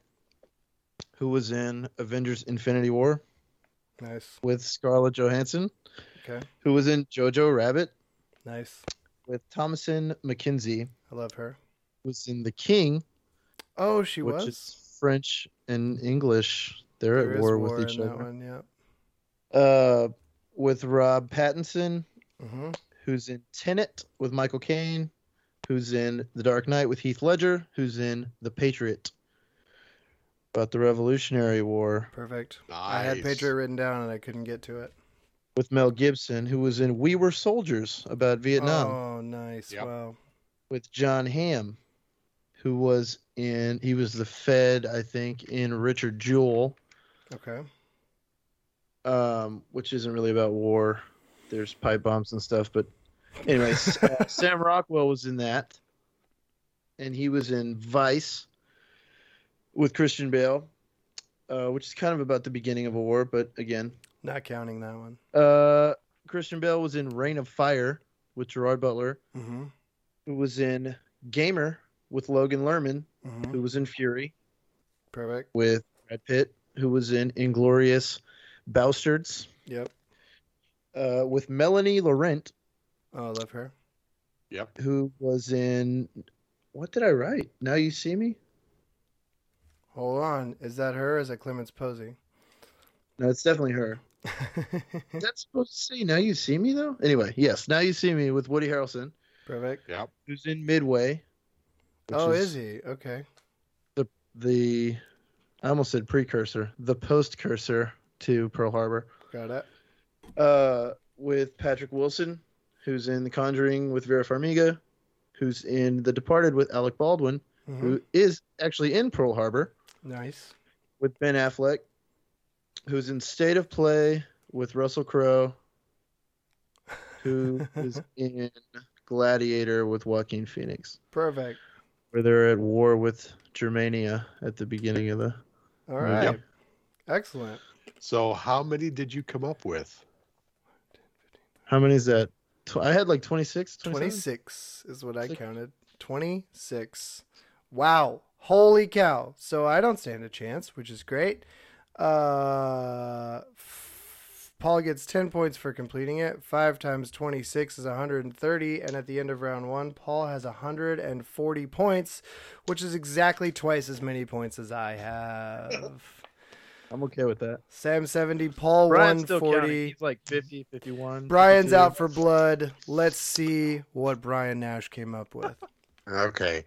B: who was in Avengers: Infinity War
A: Nice.
B: with Scarlett Johansson,
A: Okay.
B: who was in Jojo Rabbit
A: Nice.
B: with Thomason McKenzie,
A: I love her.
B: who was in The King,
A: Oh, she
B: which
A: was.
B: is French and English. They're
A: There
B: at
A: is
B: war, with
A: in
B: each
A: that
B: other.
A: One, yeah.
B: uh, with Rob Pattinson,
A: Mm-hmm.
B: who's in Tenet with Michael Caine, who's in The Dark Knight with Heath Ledger, who's in The Patriot about the Revolutionary War
A: Perfect.
E: Nice.
A: I had Patriot written down and I couldn't get to it.
B: with Mel Gibson, who was in We Were Soldiers about Vietnam
A: Oh, nice.
E: Yep.
A: Wow.
B: with John Hamm, who was in he was the Fed, I think, in Richard Jewell,
A: Okay.
B: um, which isn't really about war. There's pipe bombs and stuff, but anyways, uh, Sam Rockwell was in that, and he was in Vice with Christian Bale, uh, which is kind of about the beginning of a war. But again,
A: Not counting that one.
B: uh, Christian Bale was in Reign of Fire with Gerard Butler,
A: Mm-hmm.
B: who was in Gamer with Logan Lerman,
A: Mm-hmm.
B: who was in Fury
A: Perfect.
B: with Brad Pitt, who was in Inglorious Bastards.
A: Yep.
B: uh, with Melanie Laurent,
A: Oh, I love her.
B: who was in what did I write? Now you see me?
A: Hold on. Is that her? Or is it Clemens Posey?
B: No, it's definitely her. That's supposed to say Now You See Me though? Anyway, yes, Now You See Me with Woody Harrelson,
A: <laughs> Perfect.
B: who's in Midway. which
A: Oh, is he? Okay.
B: The I almost said precursor, the postcursor to Pearl Harbor.
A: Got it.
B: Uh with Patrick Wilson, who's in The Conjuring with Vera Farmiga, who's in The Departed with Alec Baldwin,
A: hmm
B: who is actually in Pearl Harbor.
A: Nice.
B: with Ben Affleck, who's in State of Play with Russell Crowe,
A: <laughs>
B: who is in Gladiator with Joaquin Phoenix,
A: Perfect.
B: where they're at war with Germania at the beginning of the.
A: All
B: Yep.
A: right. Excellent.
E: So how many did you come up with?
B: How many is that? Tw- I had like 26, 27?
A: 26 is what I
B: Six.
A: counted. 26. Wow. Holy cow. So I don't stand a chance, which is great. Uh, f- Paul gets 10 points for completing it. 5 times 26 is 130. And at the end of round one, Paul has 140 points, which is exactly twice as many points as I
B: <laughs>
A: have.
B: I'm okay with that.
A: Sam 70, Paul
B: Brian's still
A: 140.
B: counting. He's like 50, 51.
A: Brian's
B: 52.
A: out for blood. Let's see what Brian Nash came up with.
E: Okay.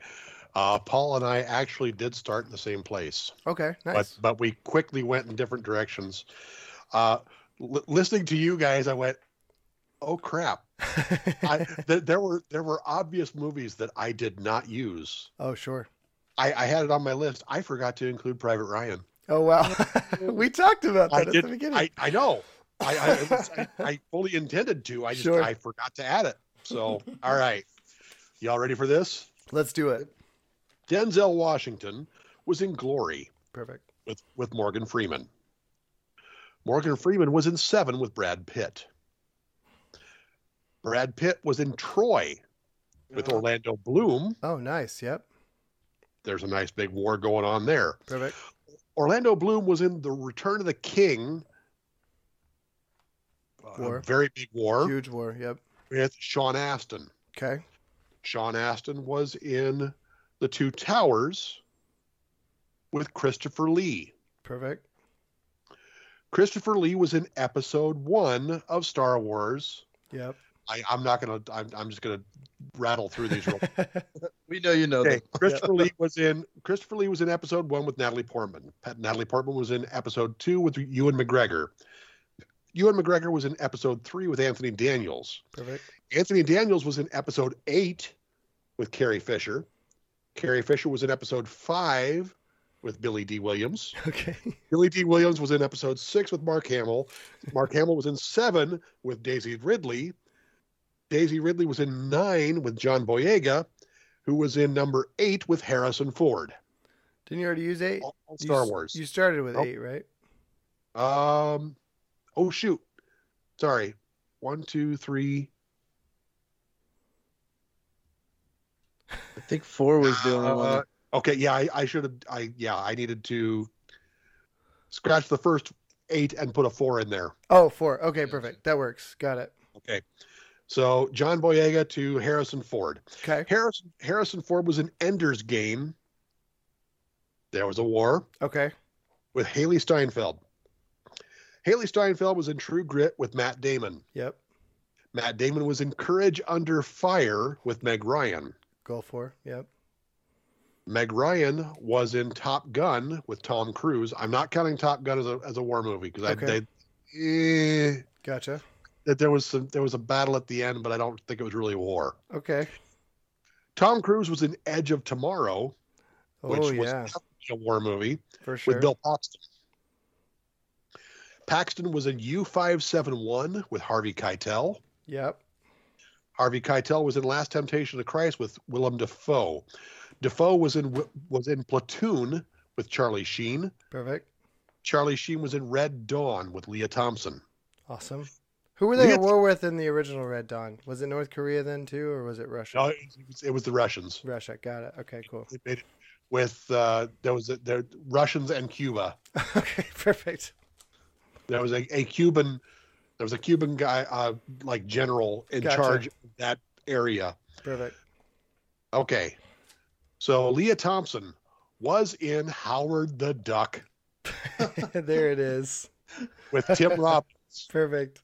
E: Uh, Paul and I actually did start in the same place,
A: Okay, nice.
E: <laughs> but but we quickly went in different directions. Uh, li- listening to you guys, I went, "Oh crap!" <laughs> I, th- there were there were obvious movies that I did not use.
A: oh, sure.
E: I, I had it on my list. I forgot to include Private Ryan.
A: Oh, wow. <laughs> we talked about
E: I
A: that at
E: did.
A: the beginning.
E: I, I know. I, I, it was- I I fully intended to. I just
A: Sure.
E: I forgot to add it. So all right, y'all ready for this?
A: Let's do it.
E: Denzel Washington was in Glory
A: Perfect.
E: with, with Morgan Freeman. Morgan Freeman was in Seven with Brad Pitt. Brad Pitt was in Troy with Orlando Bloom.
A: Oh, nice. Yep.
E: There's a nice big war going on there.
A: Perfect.
E: Orlando Bloom was in The Return of the King. a
A: War.
E: very big war
A: Huge war. Yep.
E: with Sean Astin.
A: Okay.
E: Sean Astin was in The Two Towers with Christopher Lee.
A: Perfect.
E: Christopher Lee was in episode one of Star Wars.
A: Yep. <laughs>
E: I, I'm not gonna. I'm, I'm just gonna rattle through these. <laughs> Real
B: We know you know
E: <laughs> okay,
B: them.
E: Christopher Lee was in. Christopher Lee was in episode one with Natalie Portman. Pat- Natalie Portman was in episode two with Ewan McGregor. Ewan McGregor was in episode three with Anthony Daniels.
A: Perfect.
E: Anthony Daniels was in episode eight with Carrie Fisher. Carrie Fisher was in episode five with Billy D. Williams.
A: Okay.
E: Billy D. Williams was in episode six with Mark Hamill. Mark Hamill was in seven with Daisy Ridley. Daisy Ridley was in nine with John Boyega, who was in number eight with Harrison Ford.
A: Didn't you already use eight?
E: All all
A: You
E: Star
A: s-
E: Wars.
A: You started with
E: Nope.
A: eight, right?
E: Um, oh shoot, sorry. One, two, three.
B: I think four was the only one.
E: Uh, Okay, yeah, I, I should have. I yeah, I needed to scratch the first eight and put a four in there.
A: Oh, four. Okay, perfect. That works. Got it.
E: Okay, so John Boyega to Harrison Ford.
A: Okay.
E: Harrison Harrison Ford was in Ender's Game. There was a war
A: Okay.
E: with Haley Steinfeld. Haley Steinfeld was in True Grit with Matt Damon.
A: Yep.
E: Matt Damon was in Courage Under Fire with Meg Ryan.
A: Go for. Yep.
E: Meg Ryan was in Top Gun with Tom Cruise. I'm not counting Top Gun as a as a war movie because I
A: Okay.
E: they, eh,
A: Gotcha.
E: that there was some, there was a battle at the end, but I don't think it was really a war.
A: Okay.
E: Tom Cruise was in Edge of Tomorrow, which
A: Oh
E: was
A: yeah,
E: definitely a war movie.
A: for sure.
E: with Bill Paxton. Paxton was in U571 with Harvey Keitel.
A: Yep.
E: Harvey Keitel was in Last Temptation of Christ with Willem Dafoe. Dafoe was in Wi- was in Platoon with Charlie Sheen.
A: Perfect.
E: Charlie Sheen was in Red Dawn with Leah Thompson.
A: Awesome. Who were they at
E: Leah-
A: war with in the original Red Dawn? Was it North Korea then too, or was it Russia?
E: No, Oh, it was, it was the Russians.
A: Russia. Got it. Okay.
B: <laughs>
A: Cool.
E: They made it with uh, there was a, there Russians and Cuba.
A: okay. <laughs> Perfect.
E: There was a, a Cuban there was a Cuban guy uh, like general in
A: Gotcha.
E: charge of that area.
A: Perfect.
E: Okay. So Leah Thompson was in Howard the Duck
A: <laughs> there it is.
E: with Tim Robbins.
A: Perfect.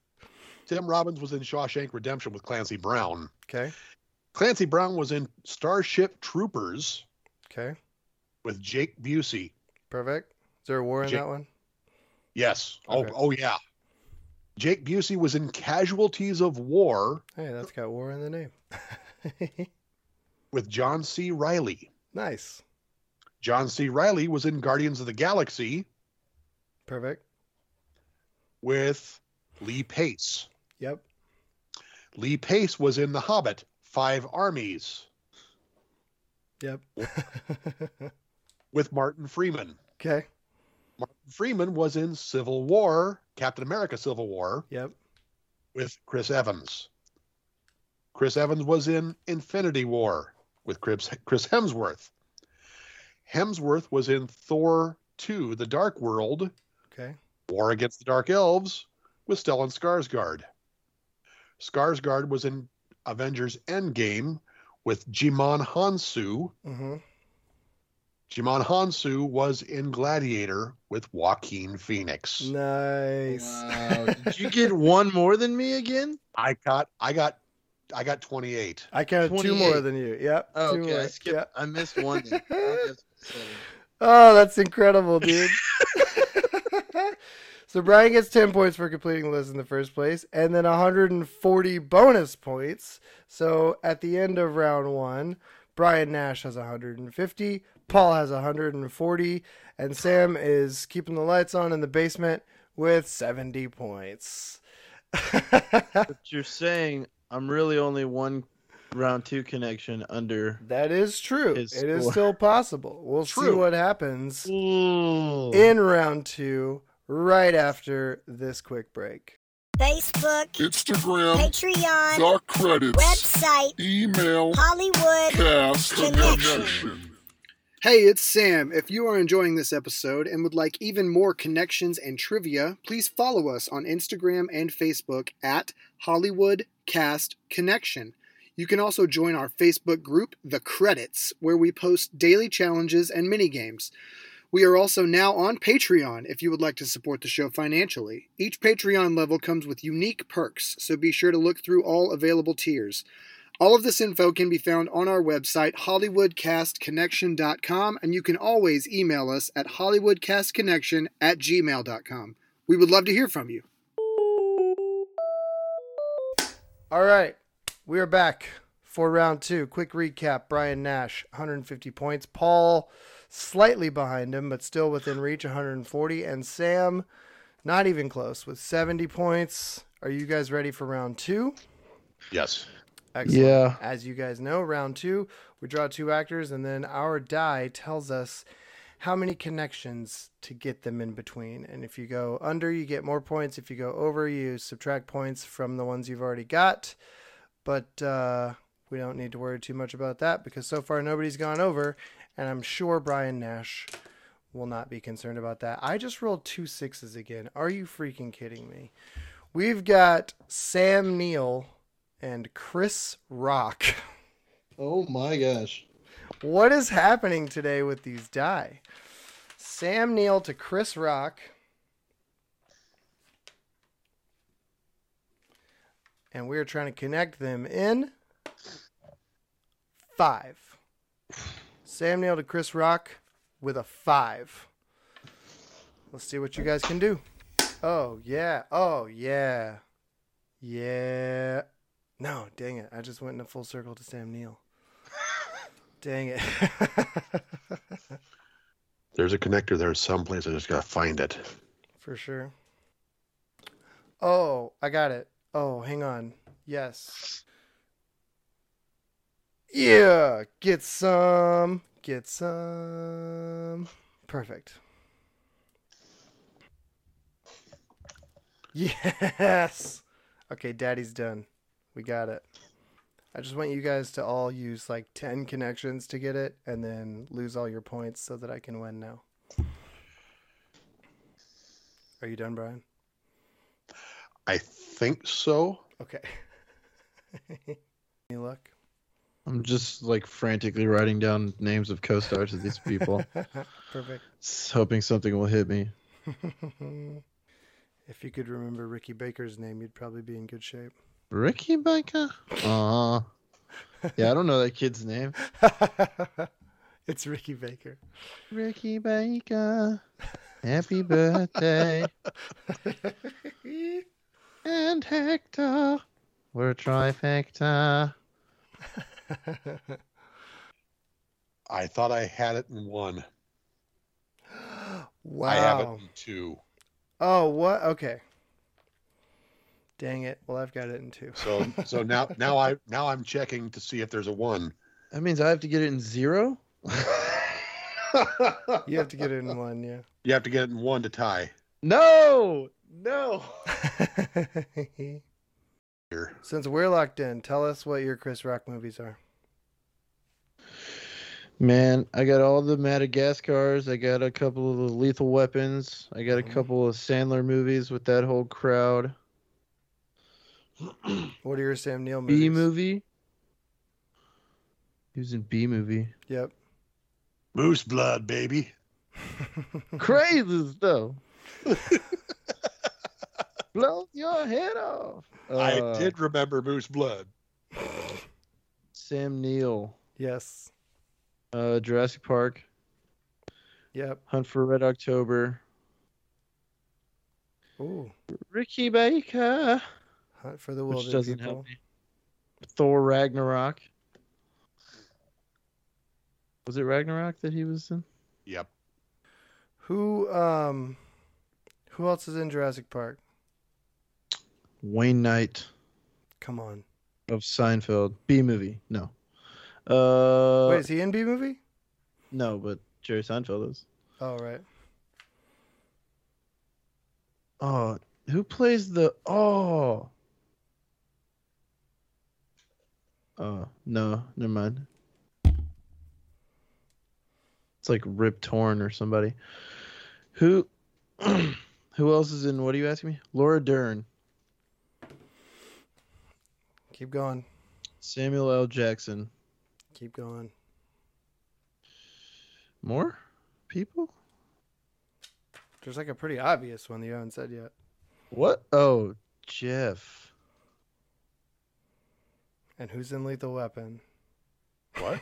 E: Tim Robbins was in Shawshank Redemption with Clancy Brown.
A: Okay.
E: Clancy Brown was in Starship Troopers
A: Okay.
E: with Jake Busey.
A: Perfect. Is there a war in
E: Jake-
A: that one?
E: Yes.
A: Okay.
E: Oh, oh yeah. Jake Busey was in Casualties of War
A: Hey, that's got war in the name. <laughs>
E: with John C. Riley.
A: nice.
E: John C. Riley was in Guardians of the Galaxy
A: Perfect.
E: with Lee Pace.
A: Yep.
E: Lee Pace was in The Hobbit, Five Armies
A: Yep. <laughs>
E: with Martin Freeman.
A: okay.
E: Martin Freeman was in Civil War, Captain America Civil War,
A: Yep.
E: with Chris Evans. Chris Evans was in Infinity War with Chris, Chris Hemsworth. Hemsworth was in Thor 2, The Dark World,
A: Okay.
E: War Against the Dark Elves with Stellan Skarsgård. Skarsgård was in Avengers Endgame with Jimon Hansu.
A: Mm-hmm.
E: Jimon Hansu was in Gladiator with Joaquin Phoenix.
A: Nice.
B: Wow. <laughs> Did you get one more than me again?
E: I got I got I got 28.
A: <laughs> I counted two more
B: 28.
A: than you. Yep.
B: Oh,
A: two
B: okay.
A: more.
B: I skipped.
A: Yep.
B: I missed one. Then. I guess
A: <laughs>
B: seven.
A: Oh, that's incredible, dude. so Brian gets 10 points for completing the list in the first place and then 140 bonus points. So at the end of round 1, Brian Nash has 150, Paul has 140, and Sam is keeping the lights on in the basement with 70 points. <laughs>
B: But you're saying I'm really only one round two connection under.
A: That is true. It
B: His
A: is
B: score.
A: still possible. We'll see
E: True.
A: what happens
B: In-
A: in round two right after this quick break.
D: Facebook,
G: Instagram,
D: Patreon,
G: the credits,
D: website,
G: email,
D: Hollywood.
G: cast connection.
H: Hey, it's Sam. If you are enjoying this episode and would like even more connections and trivia, please follow us on Instagram and Facebook at Hollywood Cast Connection. You can also join our Facebook group, The Credits, where we post daily challenges and minigames. We are also now on Patreon if you would like to support the show financially. Each Patreon level comes with unique perks, so be sure to look through all available tiers. All of this info can be found on our website, HollywoodCastConnection.com, and you can always email us at HollywoodCastConnection at gmail.com. We would love to hear from you.
A: All right, we are back for round two. Quick recap: Brian Nash, 150 points. Paul, slightly behind him, but still within reach, 140. And Sam, not even close, with 70 points. Are you guys ready for round two?
E: Yes.
B: Yeah.
A: Uh, As you guys know, round two, we draw two actors, and then our die tells us how many connections to get them in between. And if you go under, you get more points. If you go over, you subtract points from the ones you've already got. But uh, we don't need to worry too much about that because so far nobody's gone over, and I'm sure Brian Nash will not be concerned about that. I just rolled two sixes again. Are you freaking kidding me? We've got Sam Neill and Chris Rock.
B: Oh my gosh.
A: What is happening today with these die? Sam Neill to Chris Rock. And we are trying to connect them in five. Sam Neill to Chris Rock with a five. Let's see what you guys can do. Oh, yeah. Oh, yeah. Yeah. No, dang it. I just went in a full circle to Sam Neill. Dang it. <laughs>
E: There's a connector there someplace. I just gotta find it.
A: For sure. Oh, I got it. Oh, hang on. Yes. Yeah, get some. Get some. Perfect. Yes. Okay, daddy's done. We got it. I just want you guys to all use like 10 connections to get it and then lose all your points so that I can win now. Are you done, Brian?
E: I think so.
A: Okay. <laughs> Any luck?
B: I'm just like frantically writing down names of co-stars of these people,
A: Perfect. Mm-hmm.
B: s- hoping something will hit me.
A: if you could remember Ricky Baker's name, you'd probably be in good shape. <laughs>
B: Ricky Baker. Uh, yeah, I don't know that kid's name.
A: it's Ricky Baker.
B: Ricky Baker. Happy birthday. and Hector. We're a trifecta.
E: I thought I had it in one.
A: wow.
E: I have it in two.
A: Oh, what? Okay. Dang it. Well, I've got it in two.
E: So so now <laughs> now I now I'm checking to see if there's
B: <laughs>
E: a one.
B: That means I have to get it in zero?
A: <laughs>
B: <laughs>
A: You have to get it in one, yeah. <laughs>
E: You have to get it in one to tie
B: No! No!
E: here.
A: Since we're locked in, tell us what your Chris Rock movies are.
B: Man, I got all the Madagascars. I got a couple of the Lethal Weapons. I got a
E: Mm-hmm.
A: Mhm.
B: couple of Sandler movies with that whole crowd.
A: What are your Sam Neill movies?
B: B movie. He was in B
E: <laughs>
B: movie.
A: Yep.
E: Moose blood, baby.
B: Crazy
E: <laughs>
B: stuff. Blow your head off. Uh,
E: I did remember moose blood.
B: Sam Neill,
A: Yes.
B: uh, Jurassic Park,
A: Yep.
B: Hunt for Red October,
A: Ooh.
B: Ricky Baker,
A: Hunt for the
B: which
A: Wilder
B: doesn't
A: People.
B: help me. Thor Ragnarok. Was it Ragnarok that he was in?
E: Yep.
A: Who um who else is in Jurassic Park?
B: Wayne Knight.
A: Come on.
B: of Seinfeld. B movie. No. Uh,
A: Wait, is he in B movie?
B: no, but Jerry Seinfeld is.
A: Oh right.
B: Oh, who plays the oh? Oh no, never mind. It's like Rip Torn or somebody. Who, <clears throat> who else is in? What are you asking me? Laura Dern,
A: Keep going.
B: Samuel L. Jackson,
A: Keep going.
B: more people.
A: There's like a pretty obvious one that you haven't said yet.
B: What? Oh, Jeff.
A: And who's in Lethal Weapon?
E: What?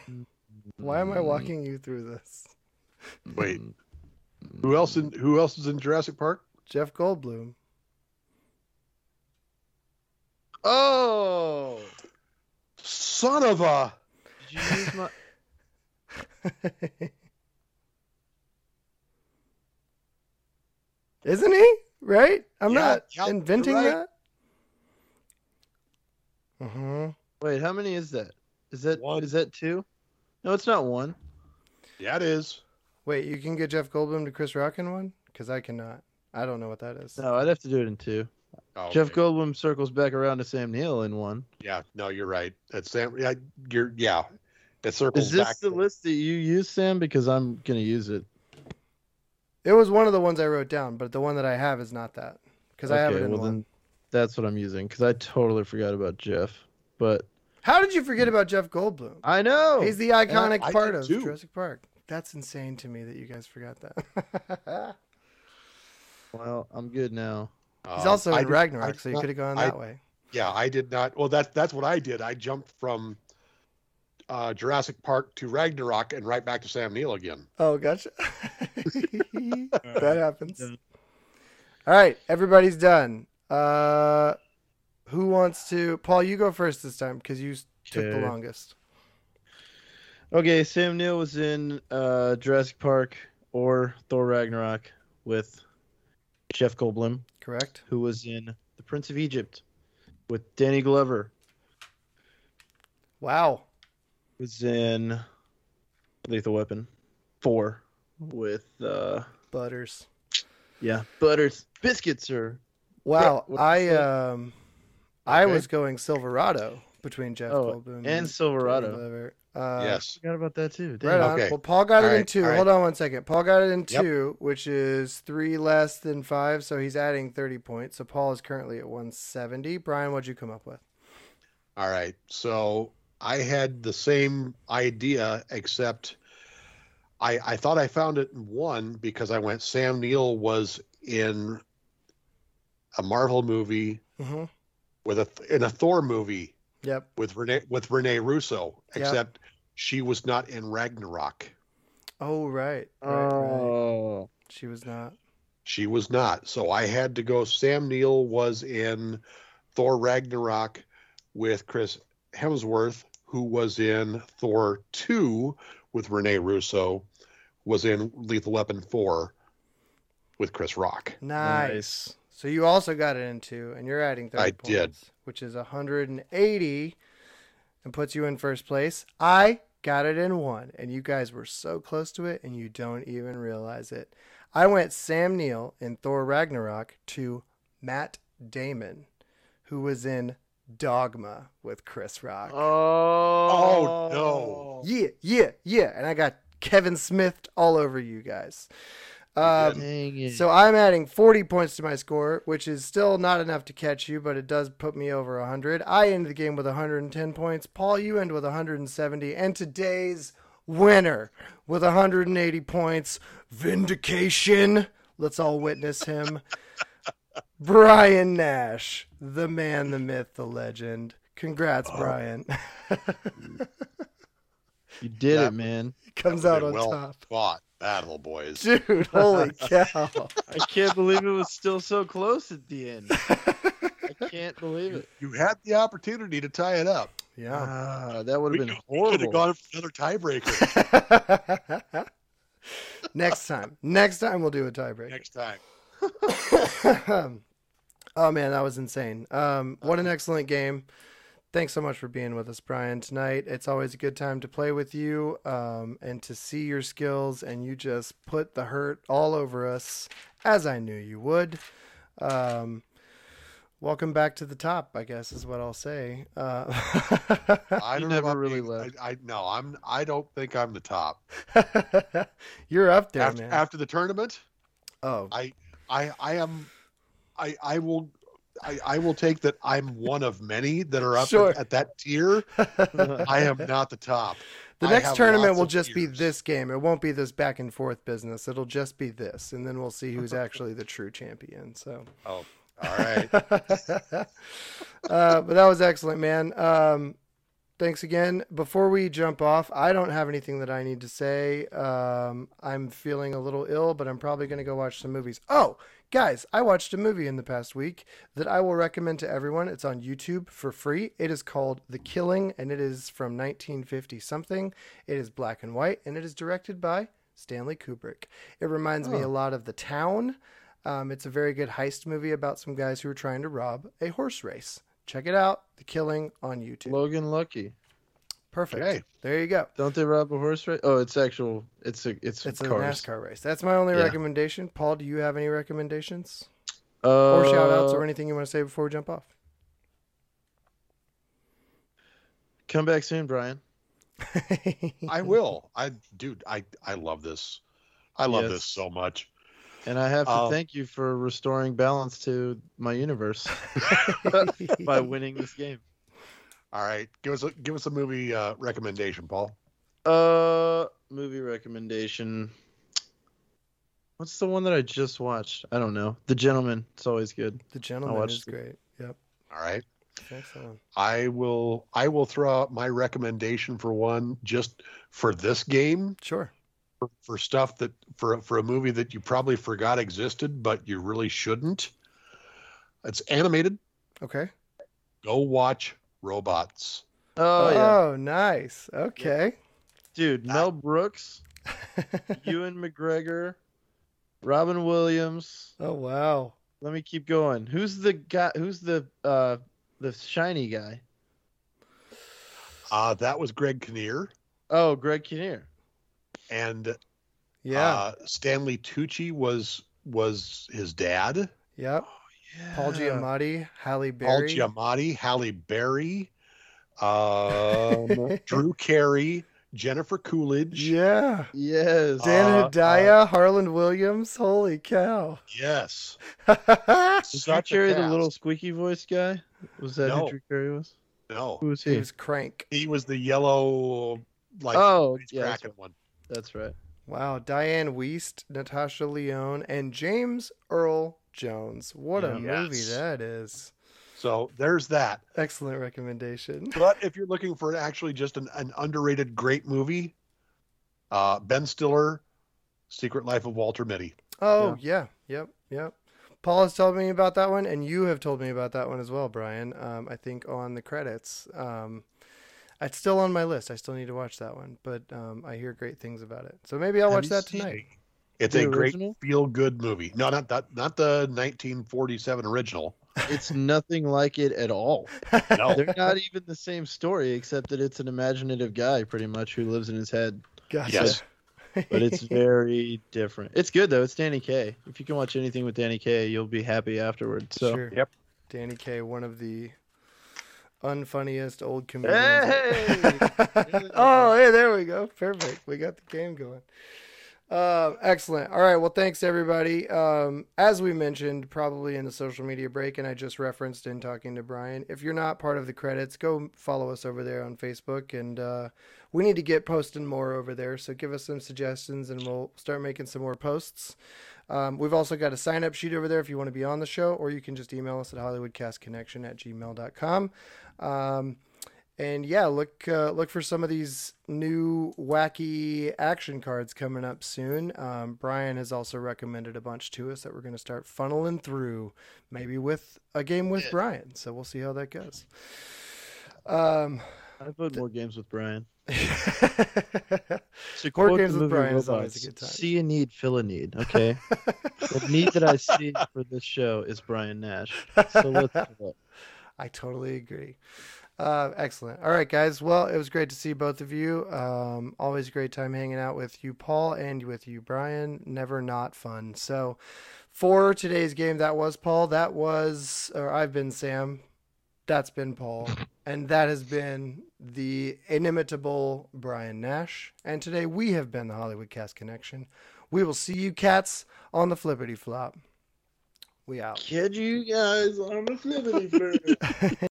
A: Why
E: Mm.
A: am I walking you through this?
E: Wait.
B: Mm.
E: Who else in Who else is in Jurassic Park?
A: Jeff Goldblum. <laughs>
B: Oh,
E: Son of a.
B: did you use my?
A: Isn't he? Right? I'm
E: Yeah,
A: not
E: yeah, you're
A: inventing
E: right.
A: that. hmm
B: Wait, how many is that? Is that is
E: One.
B: that two? No, it's not one.
E: Yeah, it is.
A: Wait, you can get Jeff Goldblum to Chris Rock in one? Because I cannot. I don't know what that is.
B: No, I'd have to do it in two.
E: Oh,
B: Jeff
E: okay.
B: Goldblum circles back around to Sam Neill in one.
E: Yeah, no, you're right. That's Sam. Yeah, you're. Yeah, it circles
B: Is this
E: Oh, back.
B: the list that you use, Sam? Because I'm gonna use it.
A: It was one of the ones I wrote down, but the one that I have is not that. Because I have it
B: Okay,
A: in
B: well
A: one.
B: then that's what I'm using. Because I totally forgot about Jeff. But
A: How did you forget about Jeff Goldblum?
B: I know
A: He's the iconic
E: Oh, I
A: part
E: did
A: of
E: too.
A: Jurassic Park. That's insane to me that <laughs> you guys forgot
E: Uh,
A: that.
B: well. I'm good now.
E: Um,
A: He's also
E: I
A: in
E: did-
A: Ragnarok,
E: I
A: so you
E: did
A: could have gone
E: I-
A: that way.
E: Yeah, I did not. Well, that's that's what I did. I jumped from uh, Jurassic Park to Ragnarok and right back to Sam Neill again.
A: Oh, gotcha. <laughs> that happens. All right, everybody's done. Uh, who wants to? Paul, you go first this time because you s- took the
B: Okay.
A: longest.
B: Okay, Sam Neill was in uh, Jurassic Park or Thor Ragnarok with Jeff Goldblum.
A: Correct.
B: who was in The Prince of Egypt with Danny Glover,
A: Wow.
B: was in Lethal Weapon 4 with, uh,
A: Butters.
B: yeah, Butters, Biscuits, or,
A: Wow.
B: what-
A: I um, I
E: Okay.
A: was going Silverado between Jeff
B: Oh,
A: Goldblum
B: and
A: Danny
B: Silverado.
A: Glover. Uh,
E: yes.
B: forgot about that too.
A: Right on.
E: Okay.
A: Well, Paul got
E: All
A: it in
E: right,
A: two.
E: all right.
A: Hold on one second. Paul got it in
E: Yep.
A: two, which is three less than five, so he's adding 30 points. So Paul is currently at 170. Brian, what'd you come up with?
E: All right. So I had the same idea, except I I thought I found it in one because I went Sam Neill was in a Marvel movie
A: Mm-hmm.
E: with a in a Thor movie
A: Yep.
E: with Renee with Renee Russo,
A: Yeah.
E: except she was not in Ragnarok.
A: Oh, right. right, right.
B: Oh,
A: She was not.
E: She was not. So I had to go. Sam Neill was in Thor Ragnarok with Chris Hemsworth, who was in Thor 2 with Rene Russo, was in Lethal Weapon 4 with Chris Rock.
A: Nice. So you also got it in two, and you're adding 30
E: I
A: points,
E: did.
A: which is 180 and puts you in first place. I got it in one, and you guys were so close to it, and you don't even realize it. I went Sam Neill in Thor Ragnarok to Matt Damon, who was in Dogma with Chris Rock.
B: Oh,
E: no.
A: Yeah, yeah, yeah. And I got Kevin Smith all over you guys. Um,
B: Dang it.
A: so I'm adding 40 points to my score, which is still not enough to catch you, but it does put me over 100. I end the game with 110 points. Paul, you end with 170. And today's winner with 180 points, Vindication. Let's all witness
E: <laughs>
A: him. Brian Nash, the man, the myth, the legend. Congrats,
E: Oh,
A: Brian. <laughs>
B: you did
E: that-
B: it, man.
A: Comes
E: That
A: out on
E: would've been well
A: top.
E: Fought battle, boys.
A: Dude,
E: <laughs>
A: holy cow.
B: <laughs> I can't believe it was still so close at the
A: <laughs>
B: end. I can't believe it.
E: You had the opportunity to tie it up.
A: Yeah.
B: Ah, that would
E: We
B: have been
E: could- we could
B: horrible.
E: have gone for another
A: <laughs>
E: tiebreaker
A: next time. Next time we'll do a tiebreaker.
E: next time.
A: <coughs> oh man, that was insane. Um, what an excellent game. Thanks so much for being with us, Brian, tonight. It's always a good time to play with you um, and to see your skills, and you just put the hurt all over us, as I knew you would. Um, welcome back to the top, I guess, is what I'll say. Uh, <laughs>
E: I
B: never
E: don't know about
B: really
E: being-
B: left.
E: I, I no, I'm. I don't think I'm the top.
A: you're up there,
E: After,
A: man.
E: after the tournament,
A: oh,
E: I I am. I I will. I, I will take that I'm one of many that are up
A: Sure.
E: at, at that tier.
A: <laughs>
E: I am not the top.
A: The
E: I
A: next
E: have
A: tournament
E: lots
A: will
E: of
A: just be
E: years.
A: this game. It won't be this back and forth business. It'll just be this, and then we'll see who's actually the true champion. So, <laughs>
E: Oh, All right.
A: uh, but that was excellent, man. Um, thanks again. Before we jump off, I don't have anything that I need to say. Um, I'm feeling a little ill, but I'm probably going to go watch some movies. Oh, guys, I watched a movie in the past week that I will recommend to everyone. It's on YouTube for free. It is called The Killing, and it is from 1950 something. It is black and white, and it is directed by Stanley Kubrick. It reminds me a lot of The Town. Um, it's a very good heist movie about some guys who are trying to rob a horse race. Check it out, The Killing on
B: <laughs>
A: YouTube.
B: Logan Lucky.
A: Perfect.
E: Okay.
A: There you go.
B: Don't they rob a horse race? Oh, it's actual. It's a. It's,
A: It's a
B: cars.
A: NASCAR race. That's my only
B: Yeah.
A: recommendation. Paul, do you have any recommendations
B: Uh,
A: or shout outs or anything you want to say before we jump off? <laughs>
B: Come back soon, Brian.
A: <laughs>
E: I will. I dude. I I love this. I love
B: Yes.
E: this so much.
B: And I have to
E: Um,
B: thank you for restoring balance to my <laughs> universe by winning this game.
E: All right. Give us a give us a movie uh, recommendation, Paul.
B: Uh, movie recommendation. What's the one that I just watched? I don't know. The Gentleman. It's always good.
A: the gentleman
B: watched
A: is
B: it.
A: great. Yep.
E: All right.
A: Excellent.
E: I will I will throw out my recommendation for one just for this game
A: Sure.
E: for, for stuff that for for a movie that you probably forgot existed but you really shouldn't. It's animated.
A: Okay.
E: Go watch Robots.
B: Oh, yeah,
A: nice. Okay.
B: dude. Mel <laughs> Brooks, Ewan McGregor, Robin Williams.
A: oh wow.
B: Let me keep going. Who's the guy? Who's the uh the shiny guy?
E: Uh that was Greg Kinnear
B: Oh, Greg Kinnear.
E: and
A: Yeah.
E: uh, Stanley Tucci was was his dad.
A: yep. Paul Giamatti, Halle
E: Paul
A: Berry.
E: Giamatti, Halle Berry,
B: <laughs>
E: um, Drew Carey, Jennifer Coolidge.
A: <laughs> Yeah.
B: Yes.
A: Dan
E: Uh, uh,
A: Hedaya, Harlan Williams. Holy cow. <laughs>
E: Yes.
B: Did Drew
E: Such a
B: Carey, the
E: cast.
B: little squeaky voice guy? Was that
E: No.
B: who Drew Carey was?
E: No,
B: Who was he?
A: he was crank.
E: he was the yellow, like
B: oh,
E: he's
B: yeah, that's,
E: cracking one.
B: that's
A: <laughs>
B: right.
A: Wow, Diane Weist, Natasha Leone, and James Earl Jones. What a
B: Yes.
A: movie that is.
E: So there's that.
A: Excellent recommendation.
E: But if you're looking for actually just an, an underrated great movie, uh, Ben Stiller, Secret Life of Walter Mitty.
A: Oh, yeah. Yep. Yep. Paul has told me about that one, and you have told me about that one as well, Brian. Um, I think on the credits. Um, it's still on my list. I still need to watch that one, but um, I hear great things about it. So maybe I'll
E: Have
A: watch
E: you
A: that
E: seen
A: tonight.
E: it? It's
B: The
E: a great
B: original?
E: feel-good movie. No, not that, not the 1947 original.
B: It's nothing like it at
A: <laughs>
B: all.
E: No,
B: They're not even the same story, except that it's an imaginative guy, pretty much, who lives in his head.
A: Gotcha.
E: Yes.
B: But
A: <laughs>
B: it's very different. It's good though. It's Danny Kaye. If you can watch anything with Danny Kaye, you'll be happy afterwards. So.
A: sure.
E: Yep.
A: Danny Kaye, one of the unfunniest old comedians.
B: Hey!
A: <laughs> oh, hey, there we go. Perfect. We got the game going. Um, excellent. All right. Well, thanks everybody. Um, as we mentioned, probably in the social media break, and I just referenced in talking to Brian. If you're not part of the credits, go follow us over there on Facebook, and uh, we need to get posting more over there. So give us some suggestions, and we'll start making some more posts. Um, we've also got a sign up sheet over there if you want to be on the show, or you can just email us at hollywoodcastconnection at gmail.com. Um, and yeah, look uh, look for some of these new wacky action cards coming up soon. Um, Brian has also recommended a bunch to us that we're going to start funneling through, maybe with a game with Brian. So we'll see how that goes. Um, <laughs>
B: I played more games with Brian. So
A: Board
B: quote
A: games
B: the
A: with
B: movie
A: Brian is always
B: Robots,
A: a good time.
B: See a need, fill a need.
A: <laughs>
B: Okay. the need that I see
A: <laughs>
B: for this show is Brian Nash. So let's do it.
A: I totally agree. Uh, excellent. All right, guys. Well, it was great to see both of you. Um, always a great time hanging out with you, Paul, and with you, Brian. Never not fun. So, for today's game, that was Paul. That was, or I've been Sam. That's been Paul. And that has been the inimitable Brian Nash. And today we have been the Hollywood Cast Connection. We will see you cats on the flippity flop. We out.
B: Kid you guys on the flippity bird.